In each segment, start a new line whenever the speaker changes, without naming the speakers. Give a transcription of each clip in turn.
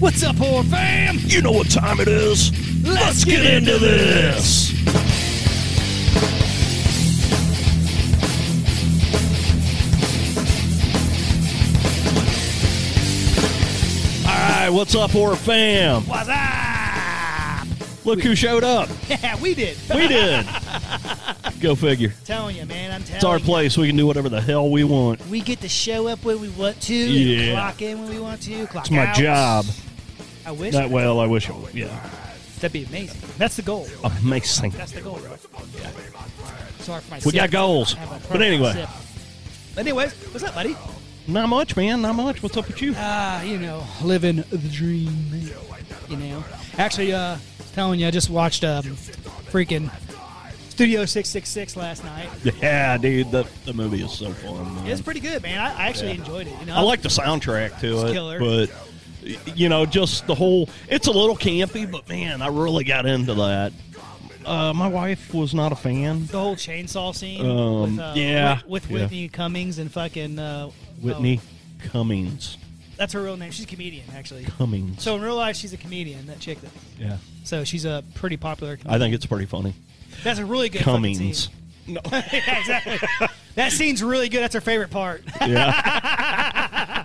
What's up, horror fam? You know what time it is. Let's get into this. All right, what's up, horror fam?
What's up?
Look who showed up.
Yeah, we did.
We did. Go figure.
telling you, man. I'm telling
It's our
you.
place. We can do whatever the hell we want.
We get to show up when we want to,
Yeah.
and clock in when we want to, clock
It's my
out.
job.
I wish
That well, I wish it would. Yeah.
that'd be amazing. That's the goal.
Amazing.
That's the goal, bro. Sorry for my
We
sip.
got goals.
I have a perfect
But anyway,
sip. But anyways, what's up, buddy?
not much, man. Not much. What's up with you?
Ah, you know, living the dream. You know, actually, uh, telling you, I just watched um, freaking Studio Six Six Six last night.
Yeah, dude, that the movie is so fun. man.
It's pretty good, man. I, I actually enjoyed it. You know,
I like the soundtrack to
It's
it,
killer.
but y- you know, just the whole. It's a little campy, but man, I really got into that. Uh, my wife was not a fan.
the whole chainsaw scene.
Um,
with, uh,
yeah,
with, with
yeah.
Whitney Cummings and fucking uh,
Whitney Cummings.
oh, that's her real name. She's a comedian, actually.
Cummings.
So in real life, she's a comedian. That chick. That,
yeah,
so she's a pretty popular.
I
Comedian.
think it's pretty funny.
that's a really good fucking
Uh, Cummings.
Scene. yeah, exactly. That scene's really good. That's her favorite part.
Yeah.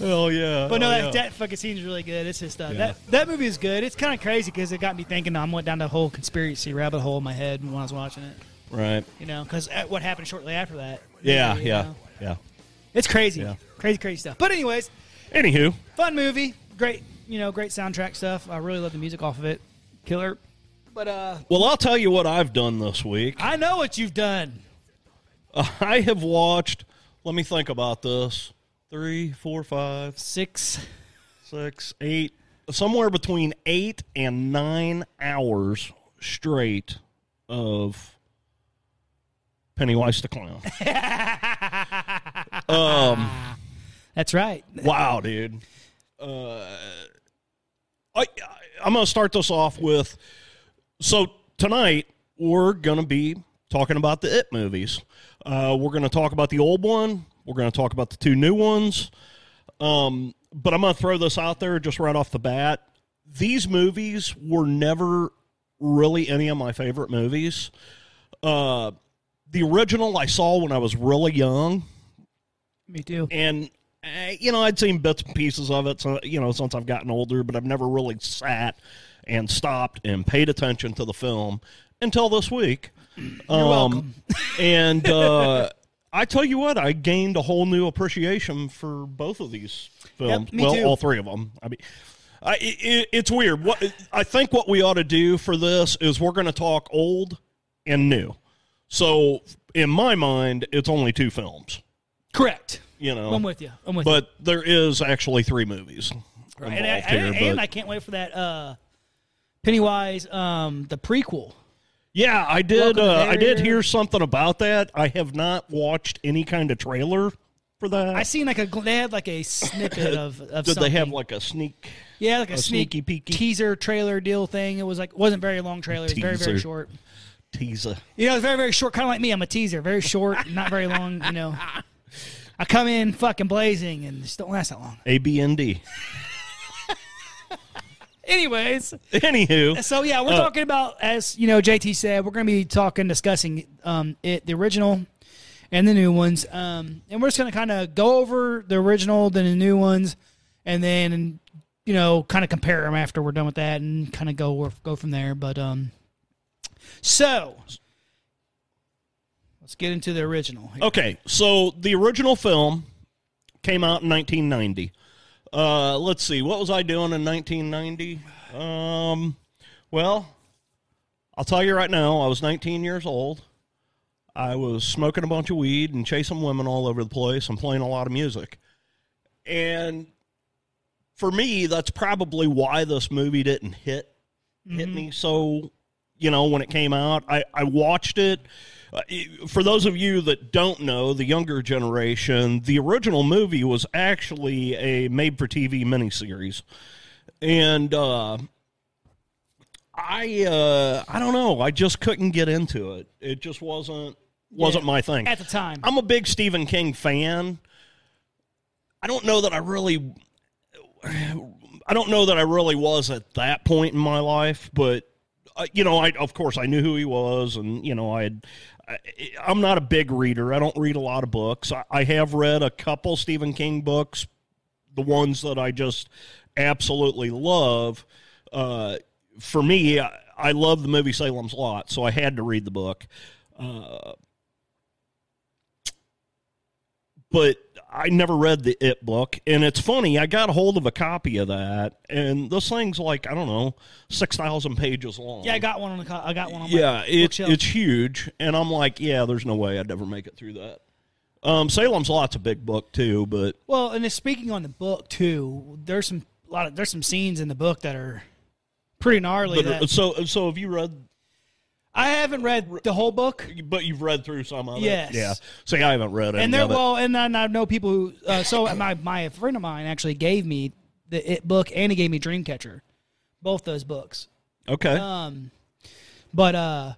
oh yeah.
But no,
oh,
that,
yeah.
that fucking scene's really good. It's just uh,
Yeah.
that that movie is good. It's kind of crazy because it got me thinking. I went down the whole conspiracy rabbit hole in my head when I was watching it.
right.
You know, because what happened shortly after that.
Yeah,
You
yeah,
know?
yeah.
It's crazy,
Yeah.
crazy, crazy stuff. But anyways,
Anywho,
fun movie. Great, you know, great soundtrack stuff. I really love the music off of it. Killer. But uh
well, I'll tell you what I've done this week.
I know what you've done.
I have watched. Let me think about this. Three, four, five,
Six.
six, eight, somewhere between eight and nine hours straight of Pennywise the Clown. um,
That's right.
wow, dude. Uh, I, I I'm gonna start this off with. So tonight we're gonna be talking about the It movies. Uh, we're gonna talk about the old one. We're gonna talk about the two new ones. Um, but I'm gonna throw this out there just right off the bat. These movies were never really any of my favorite movies. Uh, the original I saw when I was really young
Me too.
and uh, you know I'd seen bits and pieces of it. So, you know, since I've gotten older, but I've never really sat and stopped and paid attention to the film until this week. um,
welcome.
and uh, I tell you what, I gained a whole new appreciation for both of these films.
me
well,
too.
all three of them. I mean. I, it, it's weird. What I think what we ought to do for this is we're going to talk old and new. So in my mind, it's only two films.
Correct.
You know,
I'm with you. I'm with
but there is actually three movies
you. And I,
involved here,
and-
but-
and I can't wait for that uh Pennywise um the prequel.
yeah, I
Welcome
did.
to
Uh, I did
Barrier.
hear something about that. I have not watched any kind of trailer for that.
I seen like a gl- they had like a snippet of of
did
something.
they have like a sneak?
yeah like a,
a
sneak
sneaky peeky?
teaser trailer deal thing. It was like wasn't very long trailer. It was very very
Teaser.
short.
Teaser.
You know, it's very, very short. Kind of like me. I'm a teaser. Very short, not very long. You know, I come in fucking blazing and just don't last that long.
A B N D.
Anyways,
Anywho,
so yeah, we're
Uh,
talking about as you know, JT said, we're going to be talking, discussing um, it, the original and the new ones, um, and we're just going to kind of go over the original, then the new ones, and then you know, kind of compare them after we're done with that, and kind of go go from there. But um, so let's get into the original. here.
okay. So the original film came out in 1990. Uh, let's see. What was I doing in 1990? Um, well, I'll tell you right now. I was 19 years old. I was smoking a bunch of weed and chasing women all over the place and playing a lot of music. And for me, that's probably why this movie didn't hit hit me so. You know, when it came out, I, I watched it. Uh, it- For those of you that don't know, the younger generation, the original movie was actually a made for TV miniseries. And uh, I uh, I don't know. I just couldn't get into it. It just wasn't wasn't
Yeah.
my thing.
at the time.
I'm a big Stephen King fan. I don't know that I really I don't know that I really was at that point in my life, but uh, you know, I of course I knew who he was and you know, I had I, I'm not a big reader. I don't read a lot of books. I, I have read a couple Stephen King books, the ones that I just absolutely love. Uh, for me, I, I love the movie Salem's Lot, so I had to read the book. Uh, but I never read the It book, and it's funny. I got a hold of a copy of that, and this thing's like I don't know, six thousand pages long.
yeah, I got one on the. Co- I got one on.
yeah,
my
it's
bookshelf.
it's huge, and I'm like, yeah, there's no way I'd ever make it through that. Um, Salem's Lot's a big book too, but
well, and it's speaking on the book too. There's some a lot of there's some scenes in the book that are pretty gnarly.
but uh,
that-
so so have you read
I haven't read the whole book.
But you've read through some of
Yes.
it. Yeah. See, I haven't read it.
and there well and I, and I know people who uh, so my my friend of mine actually gave me the it book and he gave me dreamcatcher both those books
Okay.
um but uh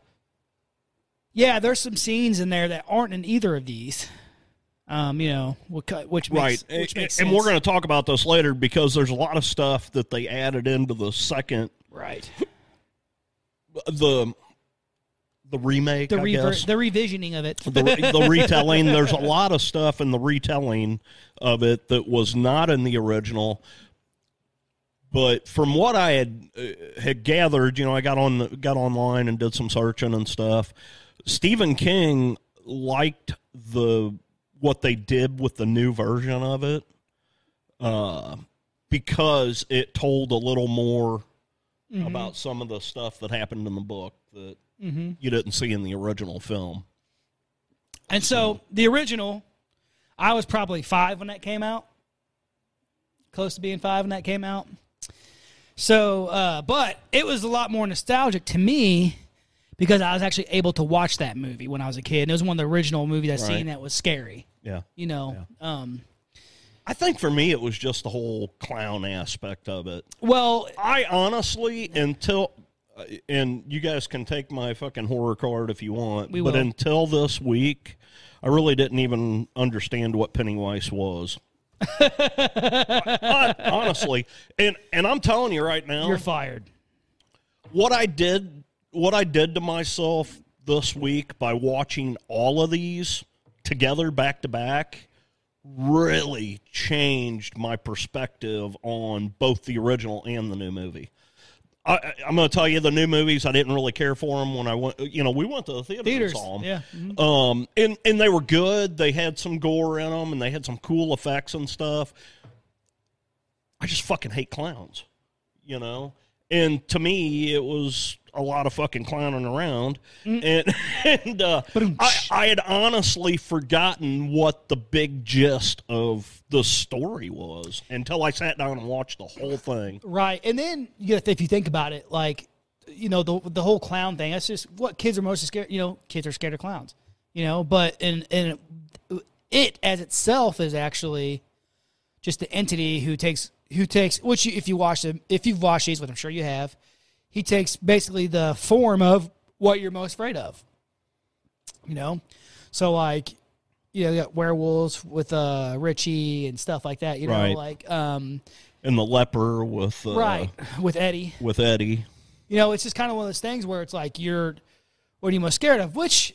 yeah there's some scenes in there that aren't in either of these um you know wh- cu- which
right.
makes, which makes
and
sense.
we're going to talk about this later because there's a lot of stuff that they added into the second
right
the the remake.
the
I
rever-
guess.
the revisioning of it
the, re- the retelling. There's a lot of stuff in the retelling of it that was not in the original. But from what I had uh, had gathered, you know, I got on the, got online and did some searching and stuff. Stephen King liked the what they did with the new version of it uh, because it told a little more about some of the stuff that happened in the book that you didn't see in the original film.
and so the original i was probably five when that came out close to being five when that came out so uh, but it was a lot more nostalgic to me because i was actually able to watch that movie when i was a kid and it was one of the original movies i
Right.
seen that was scary
Yeah.
you know um,
I think for me, it was just the whole clown aspect of it.
well
I honestly, until, uh, and you guys can take my fucking horror card if you want,
We
but
will.
until this week, I really didn't even understand what Pennywise was. I- I- honestly, and and I'm telling you right now,
you're fired
what I did what I did to myself this week by watching all of these together back to back really changed my perspective on both the original and the new movie. I, I- I'm going to tell you the new movies. I didn't really care for them when I went. You know, we went to the theater
theaters
and saw 'em.
yeah Mhm.
Um, and and they were good. They had some gore in them, and they had some cool effects and stuff. I just fucking hate clowns, you know. And to me, it was a lot of fucking clowning around, and and uh, I, I had honestly forgotten what the big gist of the story was until I sat down and watched the whole thing.
right and then you know, if you think about it like you know the the whole clown thing that's just what kids are most scared you know kids are scared of clowns you know but and and it as itself is actually just the entity who takes who takes which you, if you watch them if you've watched these which i'm sure you have he takes basically the form of what you're most afraid of you know so like you know you got werewolves with uh richie and stuff like that you know
Right.
like um
And the leper with uh,
right with eddie
with Eddie.
you know, it's just kind of one of those things where it's like you're, what are you most scared of? Which,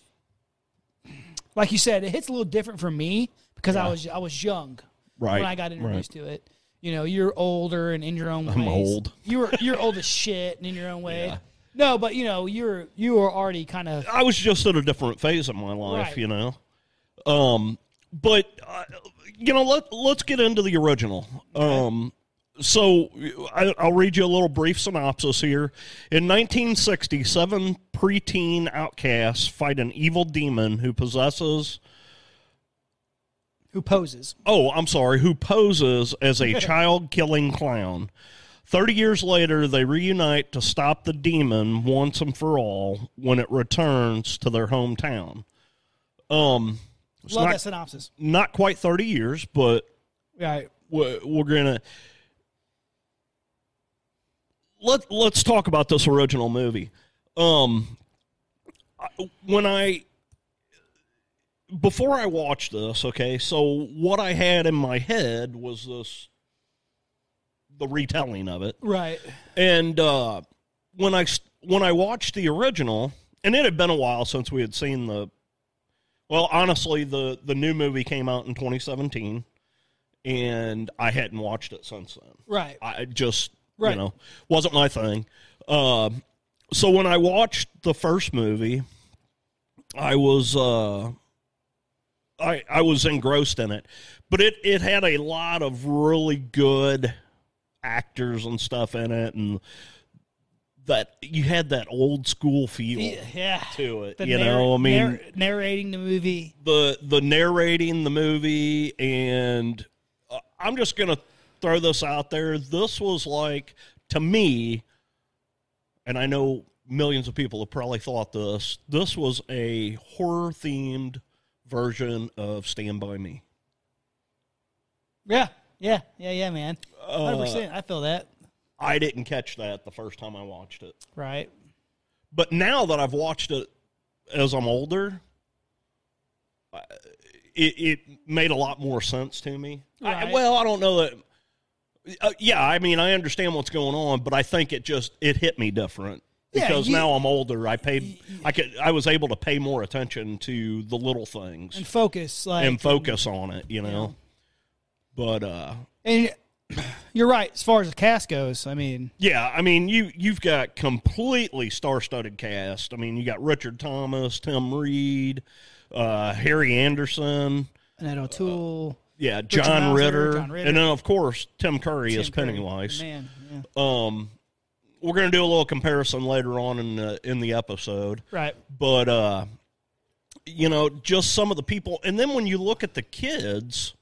like you said, it hits a little different for me because I was I was young
Right,
when I got introduced to it. You know, you're older and in your own ways.
old.
You were you're old as shit and in your own way. No, but you know, you're you were already kind of
I was just at a different phase of my life,
Right.
you know. Um, but uh, you know, let let's get into the original. Um, so I, I'll read you a little brief synopsis here. In 1960, seven preteen outcasts fight an evil demon who possesses.
who poses.
Oh, I'm sorry, who poses as a child killing clown. 30 years later, they reunite to stop the demon once and for all when it returns to their hometown. Um, it's
Love
not,
that synopsis.
not quite 30 years, but
Right.
we're, we're going to. let let's talk about this original movie. Um, I- when I before I watched this, okay, so what I had in my head was this the retelling of it,
Right.
and uh, when I s- when I watched the original, and it had been a while since we had seen the. Well, honestly, the the new movie came out in 2017, and I hadn't watched it since then.
Right.
I just you
Right.
know wasn't my thing. Uh, so when I watched the first movie, I was uh, I I was engrossed in it, but it it had a lot of really good actors and stuff in it, and that you had that old school feel
Yeah.
to it.
The
you
narr-
know, I mean
narr- narrating the movie.
the the narrating the movie and uh, I'm just going to throw this out there this was like to me and I know millions of people have probably thought this this was a horror themed version of Stand by Me
Yeah. Yeah. Yeah. Yeah, man. Hundred
uh,
percent. I feel that.
I didn't catch that the first time I watched it
Right.
but now that I've watched it as I'm older, I- it, it made a lot more sense to me. I-
Right.
well, I don't know that. Uh, yeah, I mean, I understand what's going on, but I think it just it hit me different
Yeah,
because
you-
now I'm older. I paid, I could, I was able to pay more attention to the little things
And
and,
focus. Like
focus on it. You know, but uh,
And you're right. As far as the cast goes, I mean,
Yeah, I mean you you've got completely star-studded cast. I mean you got Richard Thomas, Tim Reed, uh, Harry Anderson,
Annette O'Toole,
yeah, John
Mouser,
Ritter,
John Ritter.
and then of course Tim Curry is
Tim Curry.
Pennywise.
Man, yeah.
Um, we're gonna do a little comparison later on in the in the episode,
right.
but uh, you know just some of the people, and then when you look at the kids.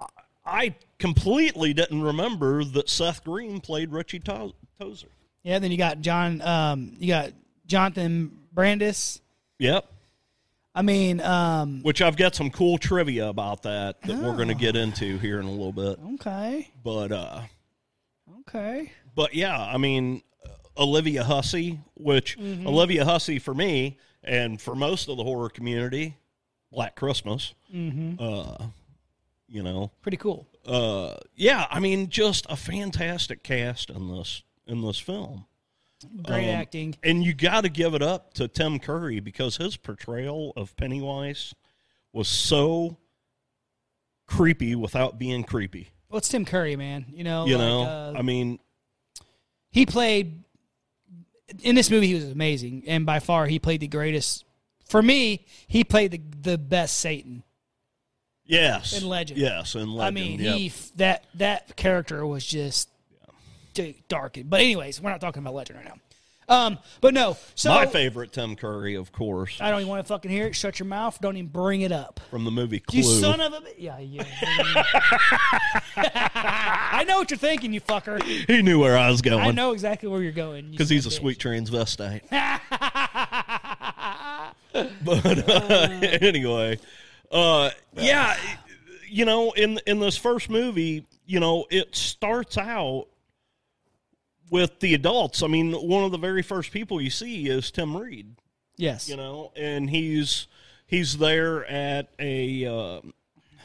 I- I completely didn't remember that Seth Green played Richie To- Tozer.
Yeah. Then you got John. Um, you got Jonathan Brandis.
Yep.
I mean, um,
Which I've got some cool trivia about that that we're going to get into here in a little bit.
okay,
But uh
okay.
but yeah, I mean uh, Olivia Hussey, which Olivia Hussey for me and for most of the horror community, Black Christmas. Uh you know.
Pretty cool.
Uh yeah, I mean just a fantastic cast in this in this film.
Great
Um,
acting.
And you got to give it up to Tim Curry because his portrayal of Pennywise was so creepy without being creepy.
Well, it's Tim Curry, man. You know,
You
like,
know,
uh,
I mean,
he played in this movie. He was amazing, and by far, he played the greatest. For me, he played the the best Satan.
yes,
in Legend.
yes, in
I
legend.
mean,
yep.
he f- that that character was just dude, darkened. But anyways, we're not talking about Legend right now. Um, but no, so
my favorite Tim Curry, of course,
I don't even want to fucking hear it. Shut your mouth. Don't even bring it up.
from the movie Clue.
You son of a bi- yeah yeah. I know what you're thinking, you fucker.
he knew where I was
I
going
know exactly where you're going you
because he's a
son of
sweet transvestite. but uh, anyway, uh, yeah, you know, in in this first movie, you know, it starts out with the adults. I mean, one of the very first people you see is Tim Reed,
bitch. Yes.
you know, and he's he's there at a uh,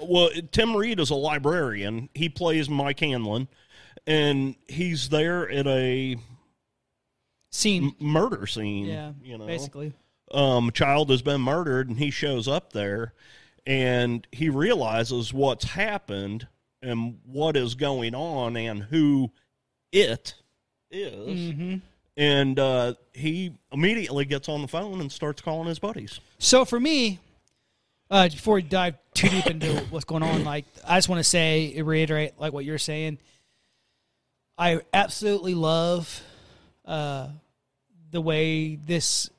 well, Tim Reed is a librarian. He plays Mike Hanlon, and he's there at a
Scene.
murder scene.
Yeah.
you know,
Basically.
um, child has been murdered, and he shows up there, and he realizes what's happened and what is going on and who it is.
Mm-hmm.
and uh, he immediately gets on the phone and starts calling his buddies.
So for me, uh, before we dive too deep into what's going on, like I just want to say, reiterate like what you're saying. I absolutely love uh, the way this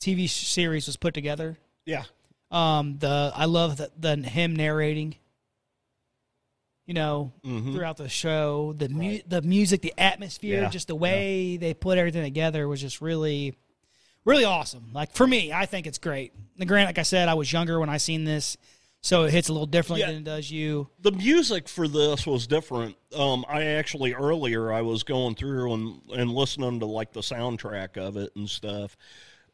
TV sh- series was put together.
Yeah,
Um, the I love the, the him narrating. You know, throughout the show, the mu- the music, the atmosphere,
Mm-hmm. Yeah,
just the way they put everything together was just really, really awesome. Like for me, I think it's great. And granted, like I said, I was younger when I seen this, so it hits a little differently
Yeah.
than it does you.
the music for this was different. Um, I actually earlier I was going through and and listening to like the soundtrack of it and stuff.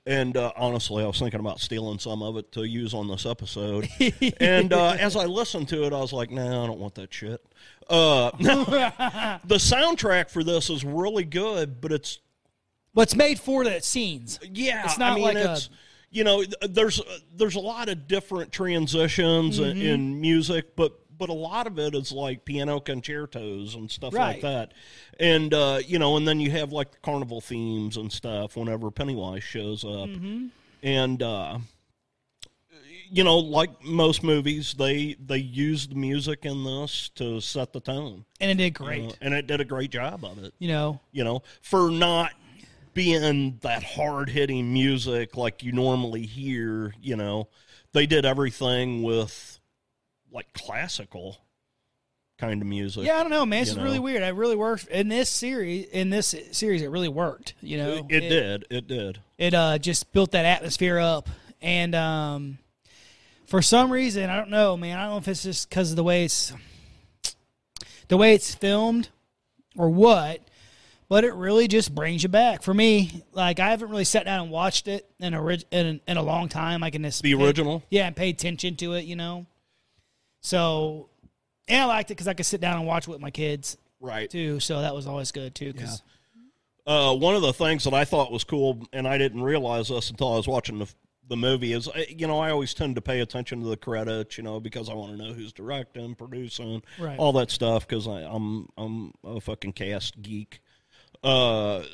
And uh, honestly, I was thinking about stealing some of it to use on this episode. and uh, as I listened to it, I was like, "No, I don't want that shit." Uh, the soundtrack for this is really good, but it's
But it's made for the scenes.
yeah,
It's not
I mean,
like a-
it's, you know, th- there's uh, there's a lot of different transitions in,
Mm-hmm.
in music, but but a lot of it is like piano concertos and stuff
Right.
like that, and uh, you know, and then you have like the carnival themes and stuff whenever Pennywise shows up,
Mm-hmm.
and uh, you know, like most movies, they they use the music in this to set the tone,
And it did
you
great.
know, and it did a great job of it
You know,
you know, for not being that hard hitting music like you normally hear, you know. They did everything with like classical kind of music.
yeah, I don't know, man. This is
You
really
know.
weird. It really worked in this series. In this series, it really worked. You know,
It, it did. It did.
it uh, just built that atmosphere up. And um, for some reason, I don't know, man. I don't know if it's just because of the way it's the way it's filmed or what, but it really just brings you back. For me, like I haven't really sat down and watched it in a ri- in, in a long time. I can just
The original?
yeah, and pay attention to it, you know. So, and I liked it because I could sit down and watch it with my kids
Right.
too. So that was always good too. 'cause-
uh, one of the things that I thought was cool, and I didn't realize this until I was watching the the movie, is I- you know I always tend to pay attention to the credits, you know, because I want to know who's directing, producing,
Right.
all that stuff, because I'm I'm a fucking cast geek. Uh,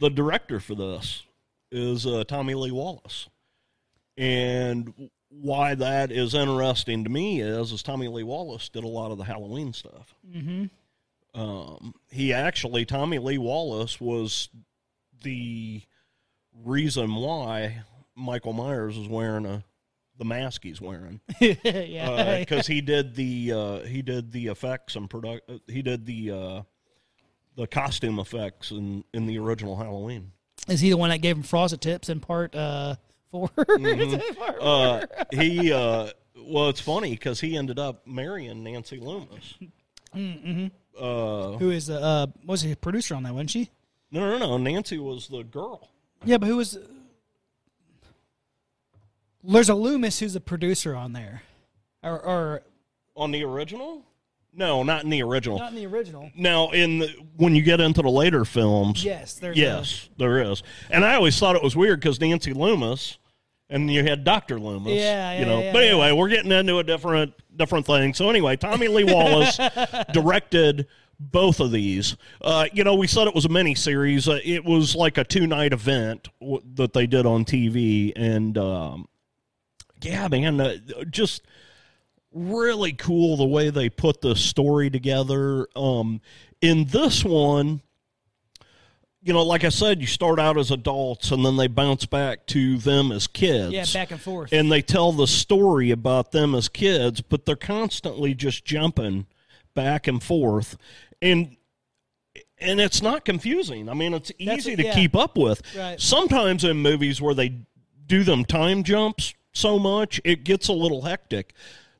the director for this is uh, Tommy Lee Wallace, and why that is interesting to me is is Tommy Lee Wallace did a lot of the Halloween stuff. Um, he actually, Tommy Lee Wallace was the reason why Michael Myers is wearing a the mask he's wearing
yeah,
because he did the uh, he did the effects and product uh, he did the uh, the costume effects in in the original Halloween.
Is he the one that gave him frosted tips in part uh, 4 Is it part-
Mm-hmm. Uh, he uh, well, it's funny because he ended up marrying Nancy Loomis. Uh,
who is the uh, was a producer on that, wasn't she?
no, no, no. Nancy was the girl.
Yeah, but who was? There's a Loomis who's a producer on there, or, or
On the original? No, not in the original.
not in the original.
now, in the, when you get into the later films,
Yes, there's
yes, there is. And I always thought it was weird because Nancy Loomis, and you had Doctor Loomis.
Yeah, yeah,
you know.
yeah,
but
yeah.
anyway, we're getting into a different different thing. So anyway, Tommy Lee Wallace directed both of these. Uh, you know, we said it was a mini series. Uh, it was like a two night event w- that they did on TV, and um, yeah, man, uh, just really cool the way they put the story together. Um, in this one, you know, like I said, you start out as adults and then they bounce back to them as kids.
yeah, back and forth.
And they tell the story about them as kids, but they're constantly just jumping back and forth. And and it's not confusing. I mean, it's easy to
yeah.
keep up with.
Right.
Sometimes in movies where they do them time jumps so much, it gets a little hectic.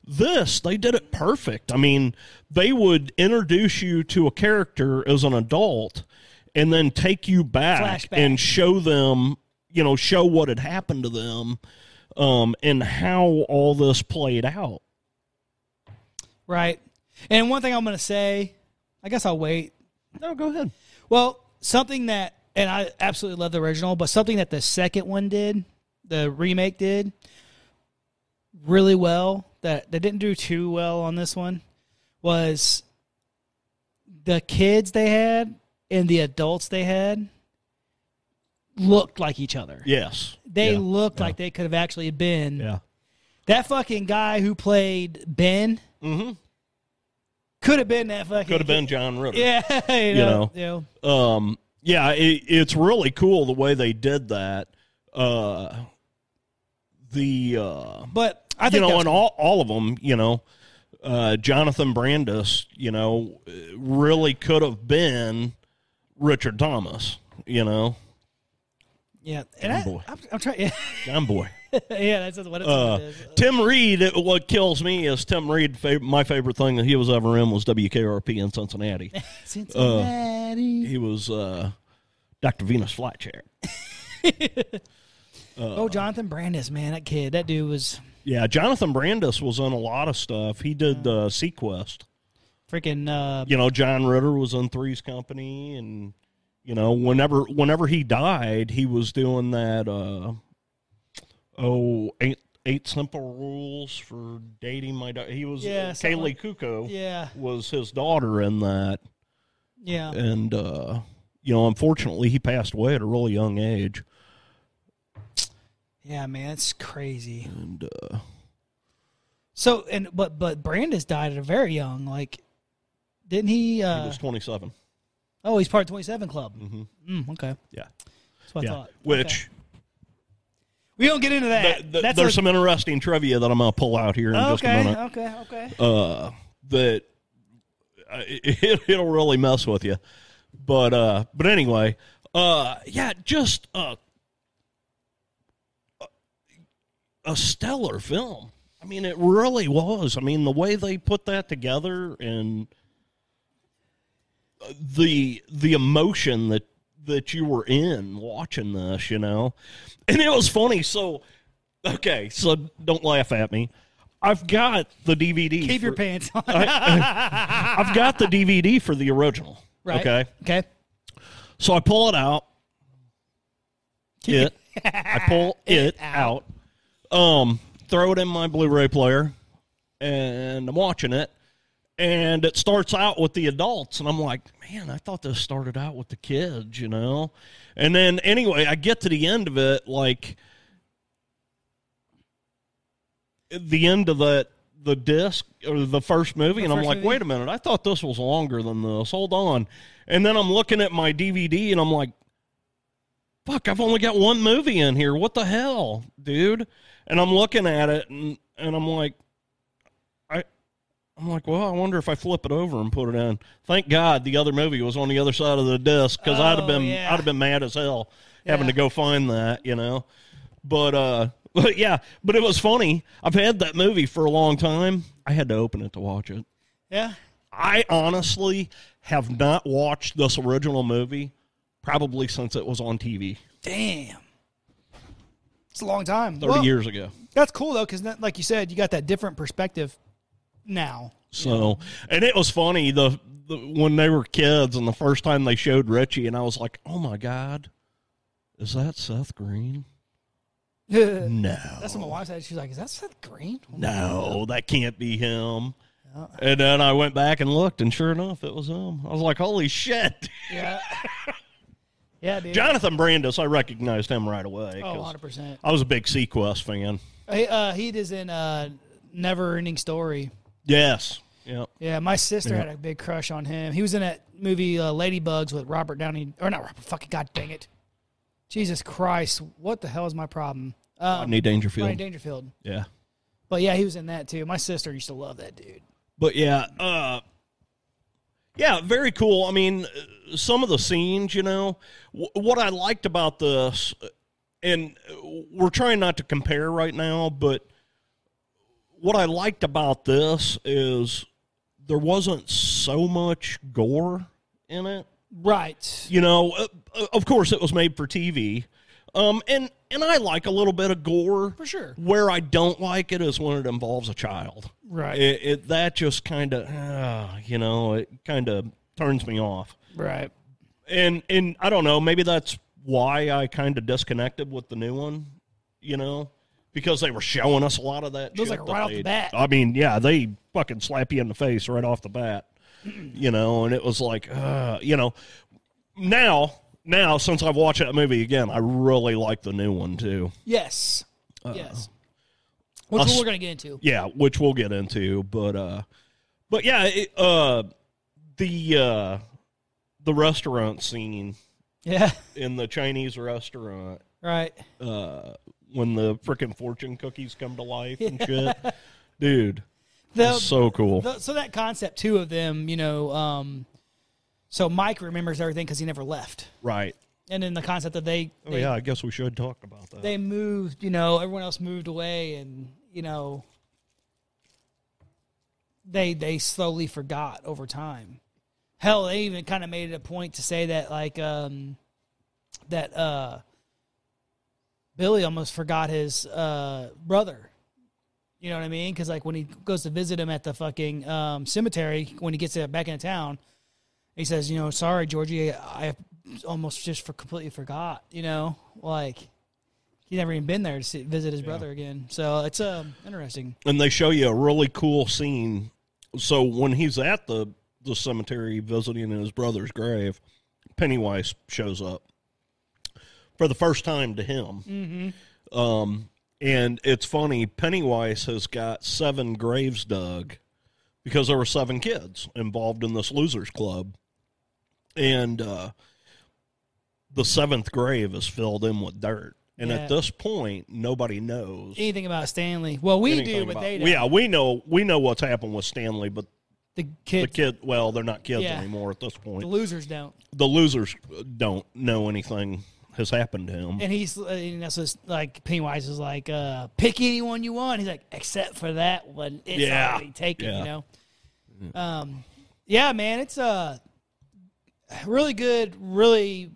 This, they did it perfect. I mean, they would introduce you to a character as an adult and then take you back
Flashback.
and show them, you know, show what had happened to them um, and how all this played out.
right. And one thing I'm gonna say, I guess I'll wait
No, go ahead.
Well, something that, and I absolutely love the original, but something that the second one did, the remake did really well, that they didn't do too well on this one, was the kids they had and the adults they had looked like each other.
Yes.
They
Yeah.
looked like they could have actually been.
Yeah.
That fucking guy who played Ben
Mm-hmm.
could have been that fucking.
Could have been John Ritter.
Yeah. You know.
know.
You know.
um, yeah, it, it's really cool the way they did that. Uh, the uh,
But I think
you
that
know,
was
and all all of them, you know, uh, Jonathan Brandis, you know, really could have been Richard Thomas, you know,
Yeah, and I,
boy.
I'm, I'm trying. Yeah,
John Boy.
yeah, that's what it's
Uh,
what it is.
Tim Reed, it- what kills me is Tim Reed, fav- my favorite thing that he was ever in was WKRP in Cincinnati.
Cincinnati.
he was uh, Dr. Venus Flychair. uh.
oh, Jonathan Brandis, man, that kid, that dude was
Yeah, Jonathan Brandis was on a lot of stuff. He did the uh, Sequest.
freaking. Uh,
You know, John Ritter was on Three's Company, and you know, whenever whenever he died, he was doing that. Uh, oh, eight eight simple rules for dating my daughter. He was uh,
Yeah, something
Kaylee
like-
Kuko
yeah,
was his daughter in that,
yeah.
and uh, you know, unfortunately, he passed away at a really young age.
Yeah, man, it's crazy.
And uh,
So and but but Brandis died at a very young, like didn't he uh
he was twenty seven.
oh he's part of twenty seven club. Mm, okay.
Yeah,
That's what I
yeah.
thought. Okay.
Which
we don't get into that.
th- th-
That's
there's
a-
some interesting trivia that I'm gonna pull out here in just a
Okay,
minute.
okay, okay.
uh, that uh, it, it'll really mess with you. But uh, but anyway, uh, yeah, just uh, a- a stellar film. I mean, it really was. I mean, the way they put that together and uh, the the emotion that that you were in watching this, you know, and it was funny. So, okay, so don't laugh at me. I've got the DVD.
Keep your
for-
pants on.
I've got the DVD for the original.
right.
Okay.
Okay.
So I pull it out. It. I pull it out. Um, throw it in my Blu-ray player, and I'm watching it. And it starts out with the adults, and I'm like, man, I thought this started out with the kids, you know. And then anyway, I get to the end of it, like the end of the the disc or the first movie, and I'm
first
like,
movie?
wait a minute, I thought this was longer than this. Hold on. And then I'm looking at my DVD, and I'm like, fuck, I've only got one movie in here. What the hell, dude? And I'm looking at it and, and I'm like, I, I'm like, well, I wonder if I flip it over and put it in. Thank God the other movie was on the other side of the disc because I'd have
Oh,
been,
yeah.
I'd have been mad as hell having
Yeah.
to go find that, you know. But uh, but yeah, but it was funny. I've had that movie for a long time. I had to open it to watch it.
Yeah.
I honestly have not watched this original movie probably since it was on TV.
Damn. It's a long time.
30
Well,
years ago.
That's cool though, because like you said, you got that different perspective now.
So, and it was funny the, the when they were kids and the first time they showed Richie, and I was like, "Oh my god, is that Seth Green?"
that's
No,
what my wife said. She's like, "Is that Seth Green?"
no, that can't be him. And then I went back and looked, and sure enough, it was him. I was like, "Holy shit!"
Yeah. yeah, dude.
Jonathan Brandis, I recognized him right away.
Oh,
'cause
100 percent.
I was a big Sequest fan.
He, uh, he is in uh, Never Ending Story.
Yes, yeah,
Yeah, my sister had a big crush on him. He was in that movie uh, Ladybugs with Robert Downey, or not Robert. Fucking god dang it! Jesus Christ, what the hell is my problem? Um,
Rodney Dangerfield.
Rodney Dangerfield.
yeah,
But yeah, he was in that too. My sister used to love that dude.
But yeah, uh, yeah, very cool. I mean, uh, some of the scenes, you know, w- what I liked about this, uh, and uh, we're trying not to compare right now, but what I liked about this is there wasn't so much gore in it
Right.
you know uh, uh, of course it was made for tv um, and and i like a little bit of gore
For sure.
where i don't like it is when it involves a child
Right.
it, it that just kind of uh, you know it kind of turns me off
Right.
and and i don't know maybe that's why i kind of disconnected with the new one you know because they were showing us a lot of that
It was,
shit
like,
that
right off the
they-
bat.
i mean yeah they fucking slap you in the face right off the bat you know and it was like uh, you know now now since i've watched that movie again i really like the new one too
Yes. Yes. Which
Us-
one we're gonna get into?
yeah which we'll get into but uh but yeah it, uh the uh the restaurant scene
Yeah.
in the chinese restaurant
Right.
uh, when the freaking fortune cookies come to life and shit. Dude,
The,
that's so cool.
the, so that concept too of them, you know. Um, so Mike remembers everything because he never left.
right.
and then the concept that they
Oh
they,
yeah, I guess we should talk about that.
they moved, you know, everyone else moved away, and you know, they they slowly forgot over time. Hell, they even kind of made it a point to say that like um that uh Billy almost forgot his uh brother. You know what I mean? Because like when he goes to visit him at the fucking um, cemetery, when he gets there back into town, he says, "You know, sorry, Georgie, I almost just for completely forgot." You know, like he never even been there to see, visit his brother again. So it's um interesting.
and they show you a really cool scene. So when he's at the the cemetery visiting his brother's grave, Pennywise shows up for the first time to him. Um, and it's funny. Pennywise has got seven graves dug because there were seven kids involved in this losers club, and uh, the seventh grave is filled in with dirt. And
Yeah.
at this point, nobody knows
Anything about Stanley? Well, we
anything
do, but
about-
they don't.
Yeah, we know we know what's happened with Stanley, but
The
the
kids,
kid, well, they're not kids
Yeah.
anymore at this
the
point.
losers don't.
The losers don't know anything has happened to him.
And he's, uh, and that's what's like Pennywise is like, uh, pick anyone you want. He's like, except for that one, it's
Yeah.
already taken.
Yeah.
You know, um, yeah, man, it's a really good, really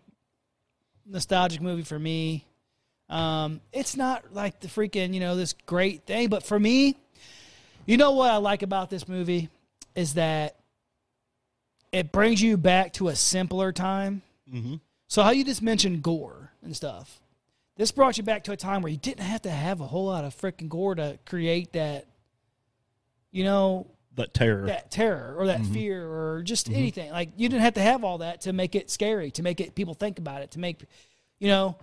nostalgic movie for me. Um, it's not like the freaking you know this great thing, but for me, you know what I like about this movie is that it brings you back to a simpler time.
Mm-hmm.
So how you just mentioned gore and stuff. This brought you back to a time where you didn't have to have a whole lot of freaking gore to create that, you know,
That terror.
that terror or that
Mm-hmm.
fear or just anything. Like you didn't have to have all that to make it scary, to make it people think about it, to make, you know,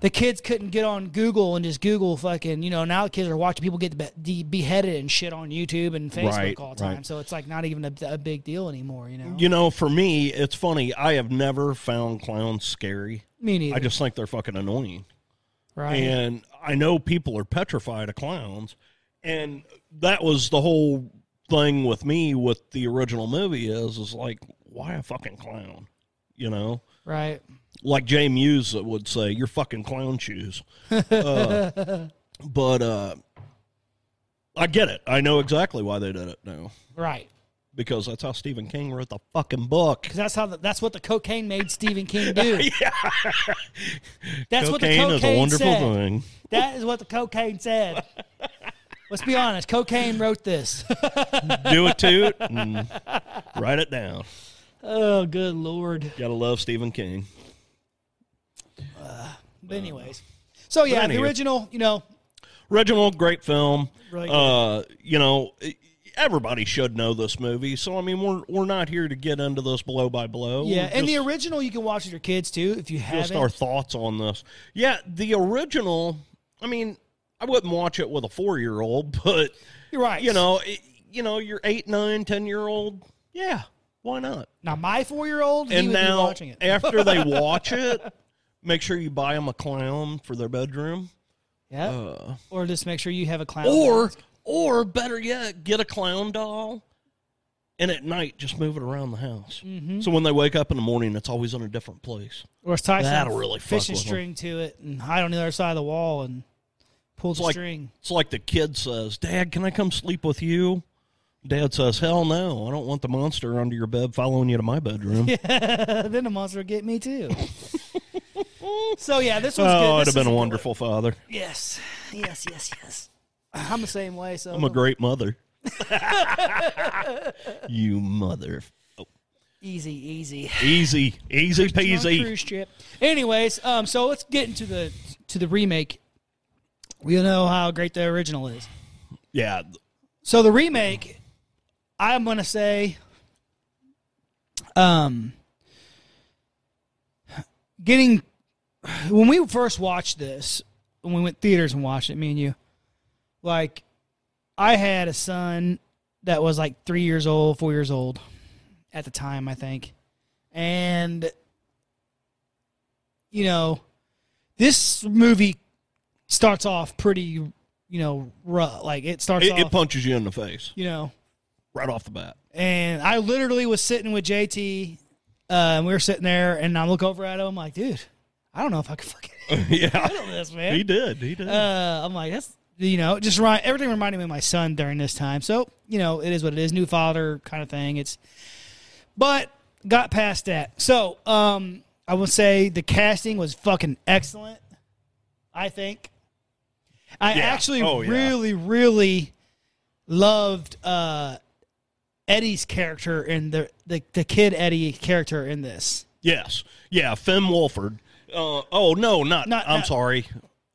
the kids couldn't get on Google and just Google fucking, you know. Now the kids are watching people get be- de- beheaded and shit on YouTube and Facebook
Right,
all the time.
right.
So it's like not even a, a big deal anymore, you know.
You know, for me, it's funny. I have never found clowns scary.
Me neither.
I just think they're fucking annoying.
right.
And I know people are petrified of clowns. And that was the whole thing with me with the original movie is is like, why a fucking clown? You know?
Right.
like Jay Muse would say, "You're fucking clown shoes." Uh, but uh, I get it. I know exactly why they did it now
Right.
because that's how Stephen King wrote the fucking book.
Because that's how the, that's what the cocaine made Stephen King do.
yeah,
That's what the
cocaine
cocaine
is a wonderful
said.
thing.
That is what the cocaine said. Let's be honest. Cocaine wrote this.
Do it toot and write it down.
oh, good lord.
Gotta love Stephen King.
But anyways, so yeah, the
anywho.
original. You know,
Reginald, great film.
Really good.
uh, you know, everybody should know this movie. So I mean, we're we're not here to get into this blow by blow.
yeah,
We're
and the
just-
original you can watch with your kids too if you
just
haven't.
our thoughts on this. Yeah, the original. I mean, I wouldn't watch it with a four year old, but
You're right.
you know, it, you know, your eight, nine, ten year old. Yeah, why not?
now my four year old he
And
would
now,
be watching it.
after they watch it, make sure you buy them a clown for their bedroom,
yeah. or just make sure you have a clown.
uh, or or better yet, get a clown doll. And at night, just move it around the house.
Mm-hmm.
So when they wake up in the morning, it's always in a different place.
or it's tie
That'll
some
really fuck
fishing
with 'em.
string to it and hide on the other side of the wall and pull the
like-
string.
It's like the kid says, Dad, can I come sleep with you? Dad says, Hell no. I don't want the monster under your bed following you to my bedroom.
then the monster would get me too. so yeah, this one's good.
oh, I'd
This
have been
is
a
good.
wonderful father.
Yes, yes, yes, yes. I'm the same way. So
I'm a great mother. you mother. Oh,
easy, easy,
easy, easy
Long
peasy.
cruise trip. Anyways, um, so let's get into the to the remake. We know how great the original is.
Yeah.
So the remake, I'm gonna say, um, getting when we first watched this, when we went theaters and watched it, me and you, like, I had a son that was like three years old, four years old at the time, I think, and you know, this movie starts off pretty, you know, rough. Like it starts
It,
off
it punches you in the face
you know.
right off the bat.
And I literally was sitting with JT, uh, and we were sitting there, and I look over at him like, dude, I don't know if I could fucking
yeah,
handle this, man.
he did. He did.
uh, I'm like, that's you know, just remind, everything reminded me of my son during this time. So you know, it is what it is. New father kind of thing. It's, but got past that. So um, I will say the casting was fucking excellent. I think. I
Yeah.
actually
Oh, yeah.
really, really loved uh, Eddie's character in the, the the kid Eddie character in this.
yes. Yeah. Finn Wolford. Uh, oh no, not.
Not-
I'm
not-
sorry.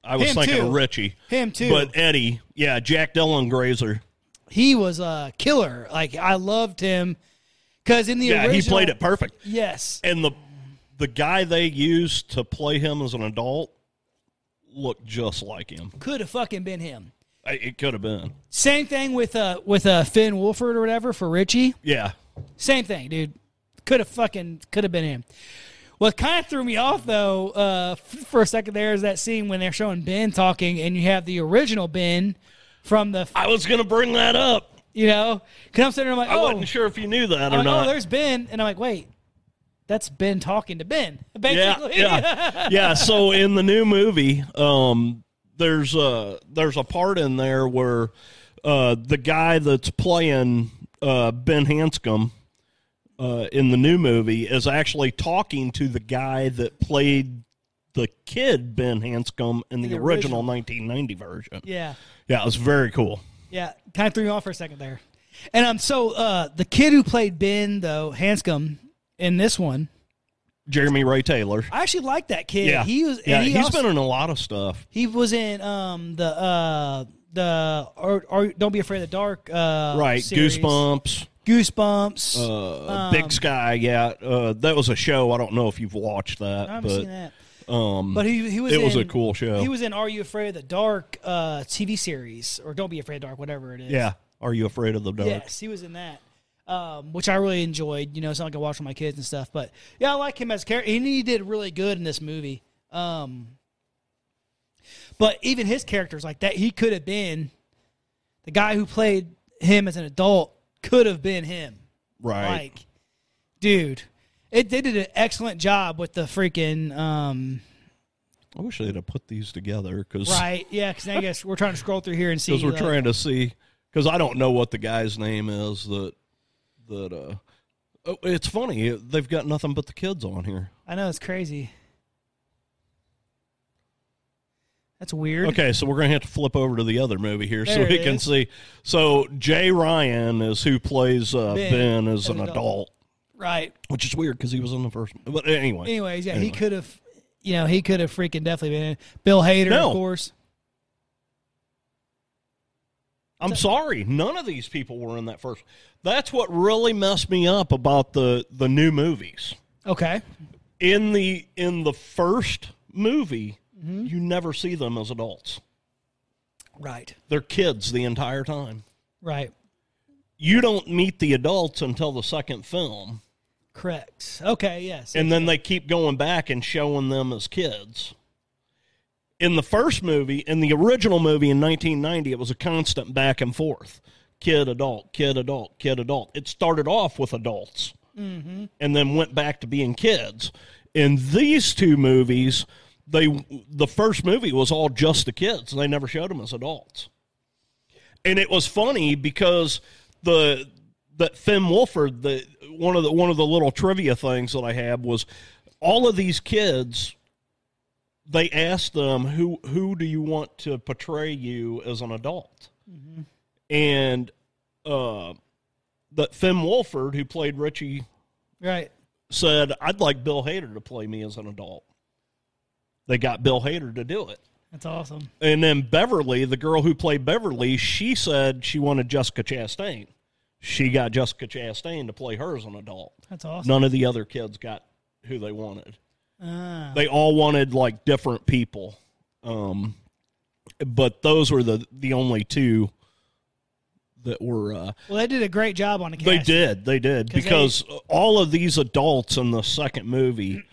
I was
Him
thinking
too.
of Richie.
Him too.
But Eddie. Yeah. Jack Dillon Grazer.
He was a killer. Like I loved him because in the
Yeah,
original,
he played it perfect.
Yes,
And the the guy they used to play him as an adult looked just like him.
could have fucking been him.
I- It could have been.
Same thing with uh with uh Finn Wolford or whatever for Richie.
Yeah.
Same thing, dude. Could have fucking could have been him. What kind of threw me off though, uh, f- for a second there, is that scene when they're showing Ben talking, and you have the original Ben from the, f-
I was gonna bring that up.
you know, because I'm sitting there, I'm like,
I
oh,
wasn't sure if you knew that or
I'm like, oh,
not.
there's Ben, and I'm like, wait, that's Ben talking to Ben,
yeah,
basically.
yeah, yeah. So in the new movie, um, there's a there's a part in there where uh, the guy that's playing uh, Ben Hanscom uh, in the new movie is actually talking to the guy that played the kid Ben Hanscom in the,
The
original,
original.
1990 version.
yeah.
Yeah, it was very cool.
Yeah, kind of threw me off for a second there. And um, so uh, the kid who played Ben though Hanscom in this one,
Jeremy Ray Taylor.
I actually liked that kid.
Yeah,
he was.
Yeah,
and he
he's
also-
been in a lot of stuff.
he was in um the uh the or, or don't be afraid of the dark uh
Right,
series.
Goosebumps.
goosebumps.
Uh,
Um,
Big Sky, yeah, uh, that was a show. I don't know if you've watched that,
I haven't
but
seen that.
um,
But he he was.
it was a
in-
cool show.
He was in Are You Afraid of the Dark uh TV series or Don't Be Afraid of the Dark, whatever it is.
yeah. Are you afraid of the dark?
Yes, he was in that, um, which I really enjoyed. You know, it's not like I watch with my kids and stuff, but yeah, I like him as a character. And he did really good in this movie. Um, but even his characters like that, he could have been the guy who played him as an adult. Could have been him.
Right.
Like, dude, it they did an excellent job with the freaking um,
I wish they'd have put these together because
right. Yeah, because I guess we're trying to scroll through here and see.
we're
like-
trying to see because I don't know what the guy's name is that that uh. Oh, it's funny they've got nothing but the kids on here.
I know it's crazy. That's weird.
Okay, so we're gonna have to flip over to the other movie here so
There
we
it
can
is.
see. So Jay Ryan is who plays uh,
Ben
Ben, as an
an adult.
adult,
Right.
which is weird because he was in the first. But anyway,
Anyways, yeah, he
Anyway.
could have, you know, he could have freaking definitely been in. Bill Hader,
No.
of course.
I'm sorry, none of these people were in that first. That's what really messed me up about the the new movies.
Okay.
In the in the first movie, you never see them as adults.
Right.
They're kids the entire time.
Right.
You don't meet the adults until the second film,
Correct. Okay. Yes.
and then they keep going back and showing them as kids. In the first movie, in the original movie in 1990, it was a constant back and forth. Kid, adult, kid, adult, kid, adult. It started off with adults. and then went back to being kids. In these two movies, they the first movie was all just the kids. They never showed them as adults. And it was funny because the that Finn Wolford, the one of the one of the little trivia things that I had was all of these kids they asked them who who do you want to portray you as an adult? And uh that Finn Wolford, who played Richie
right.
said, I'd like Bill Hader to play me as an adult. They got Bill Hader to do it.
That's awesome.
And then Beverly, the girl who played Beverly, she said she wanted Jessica Chastain. She got Jessica Chastain to play her as an adult.
That's awesome.
None of the other kids got who they wanted.
Ah,
They all wanted like different people. Um, but those were the, the only two that were uh,
well, they did a great job on the cast.
they did. They did
'Cause they-
because all of these adults in the second movie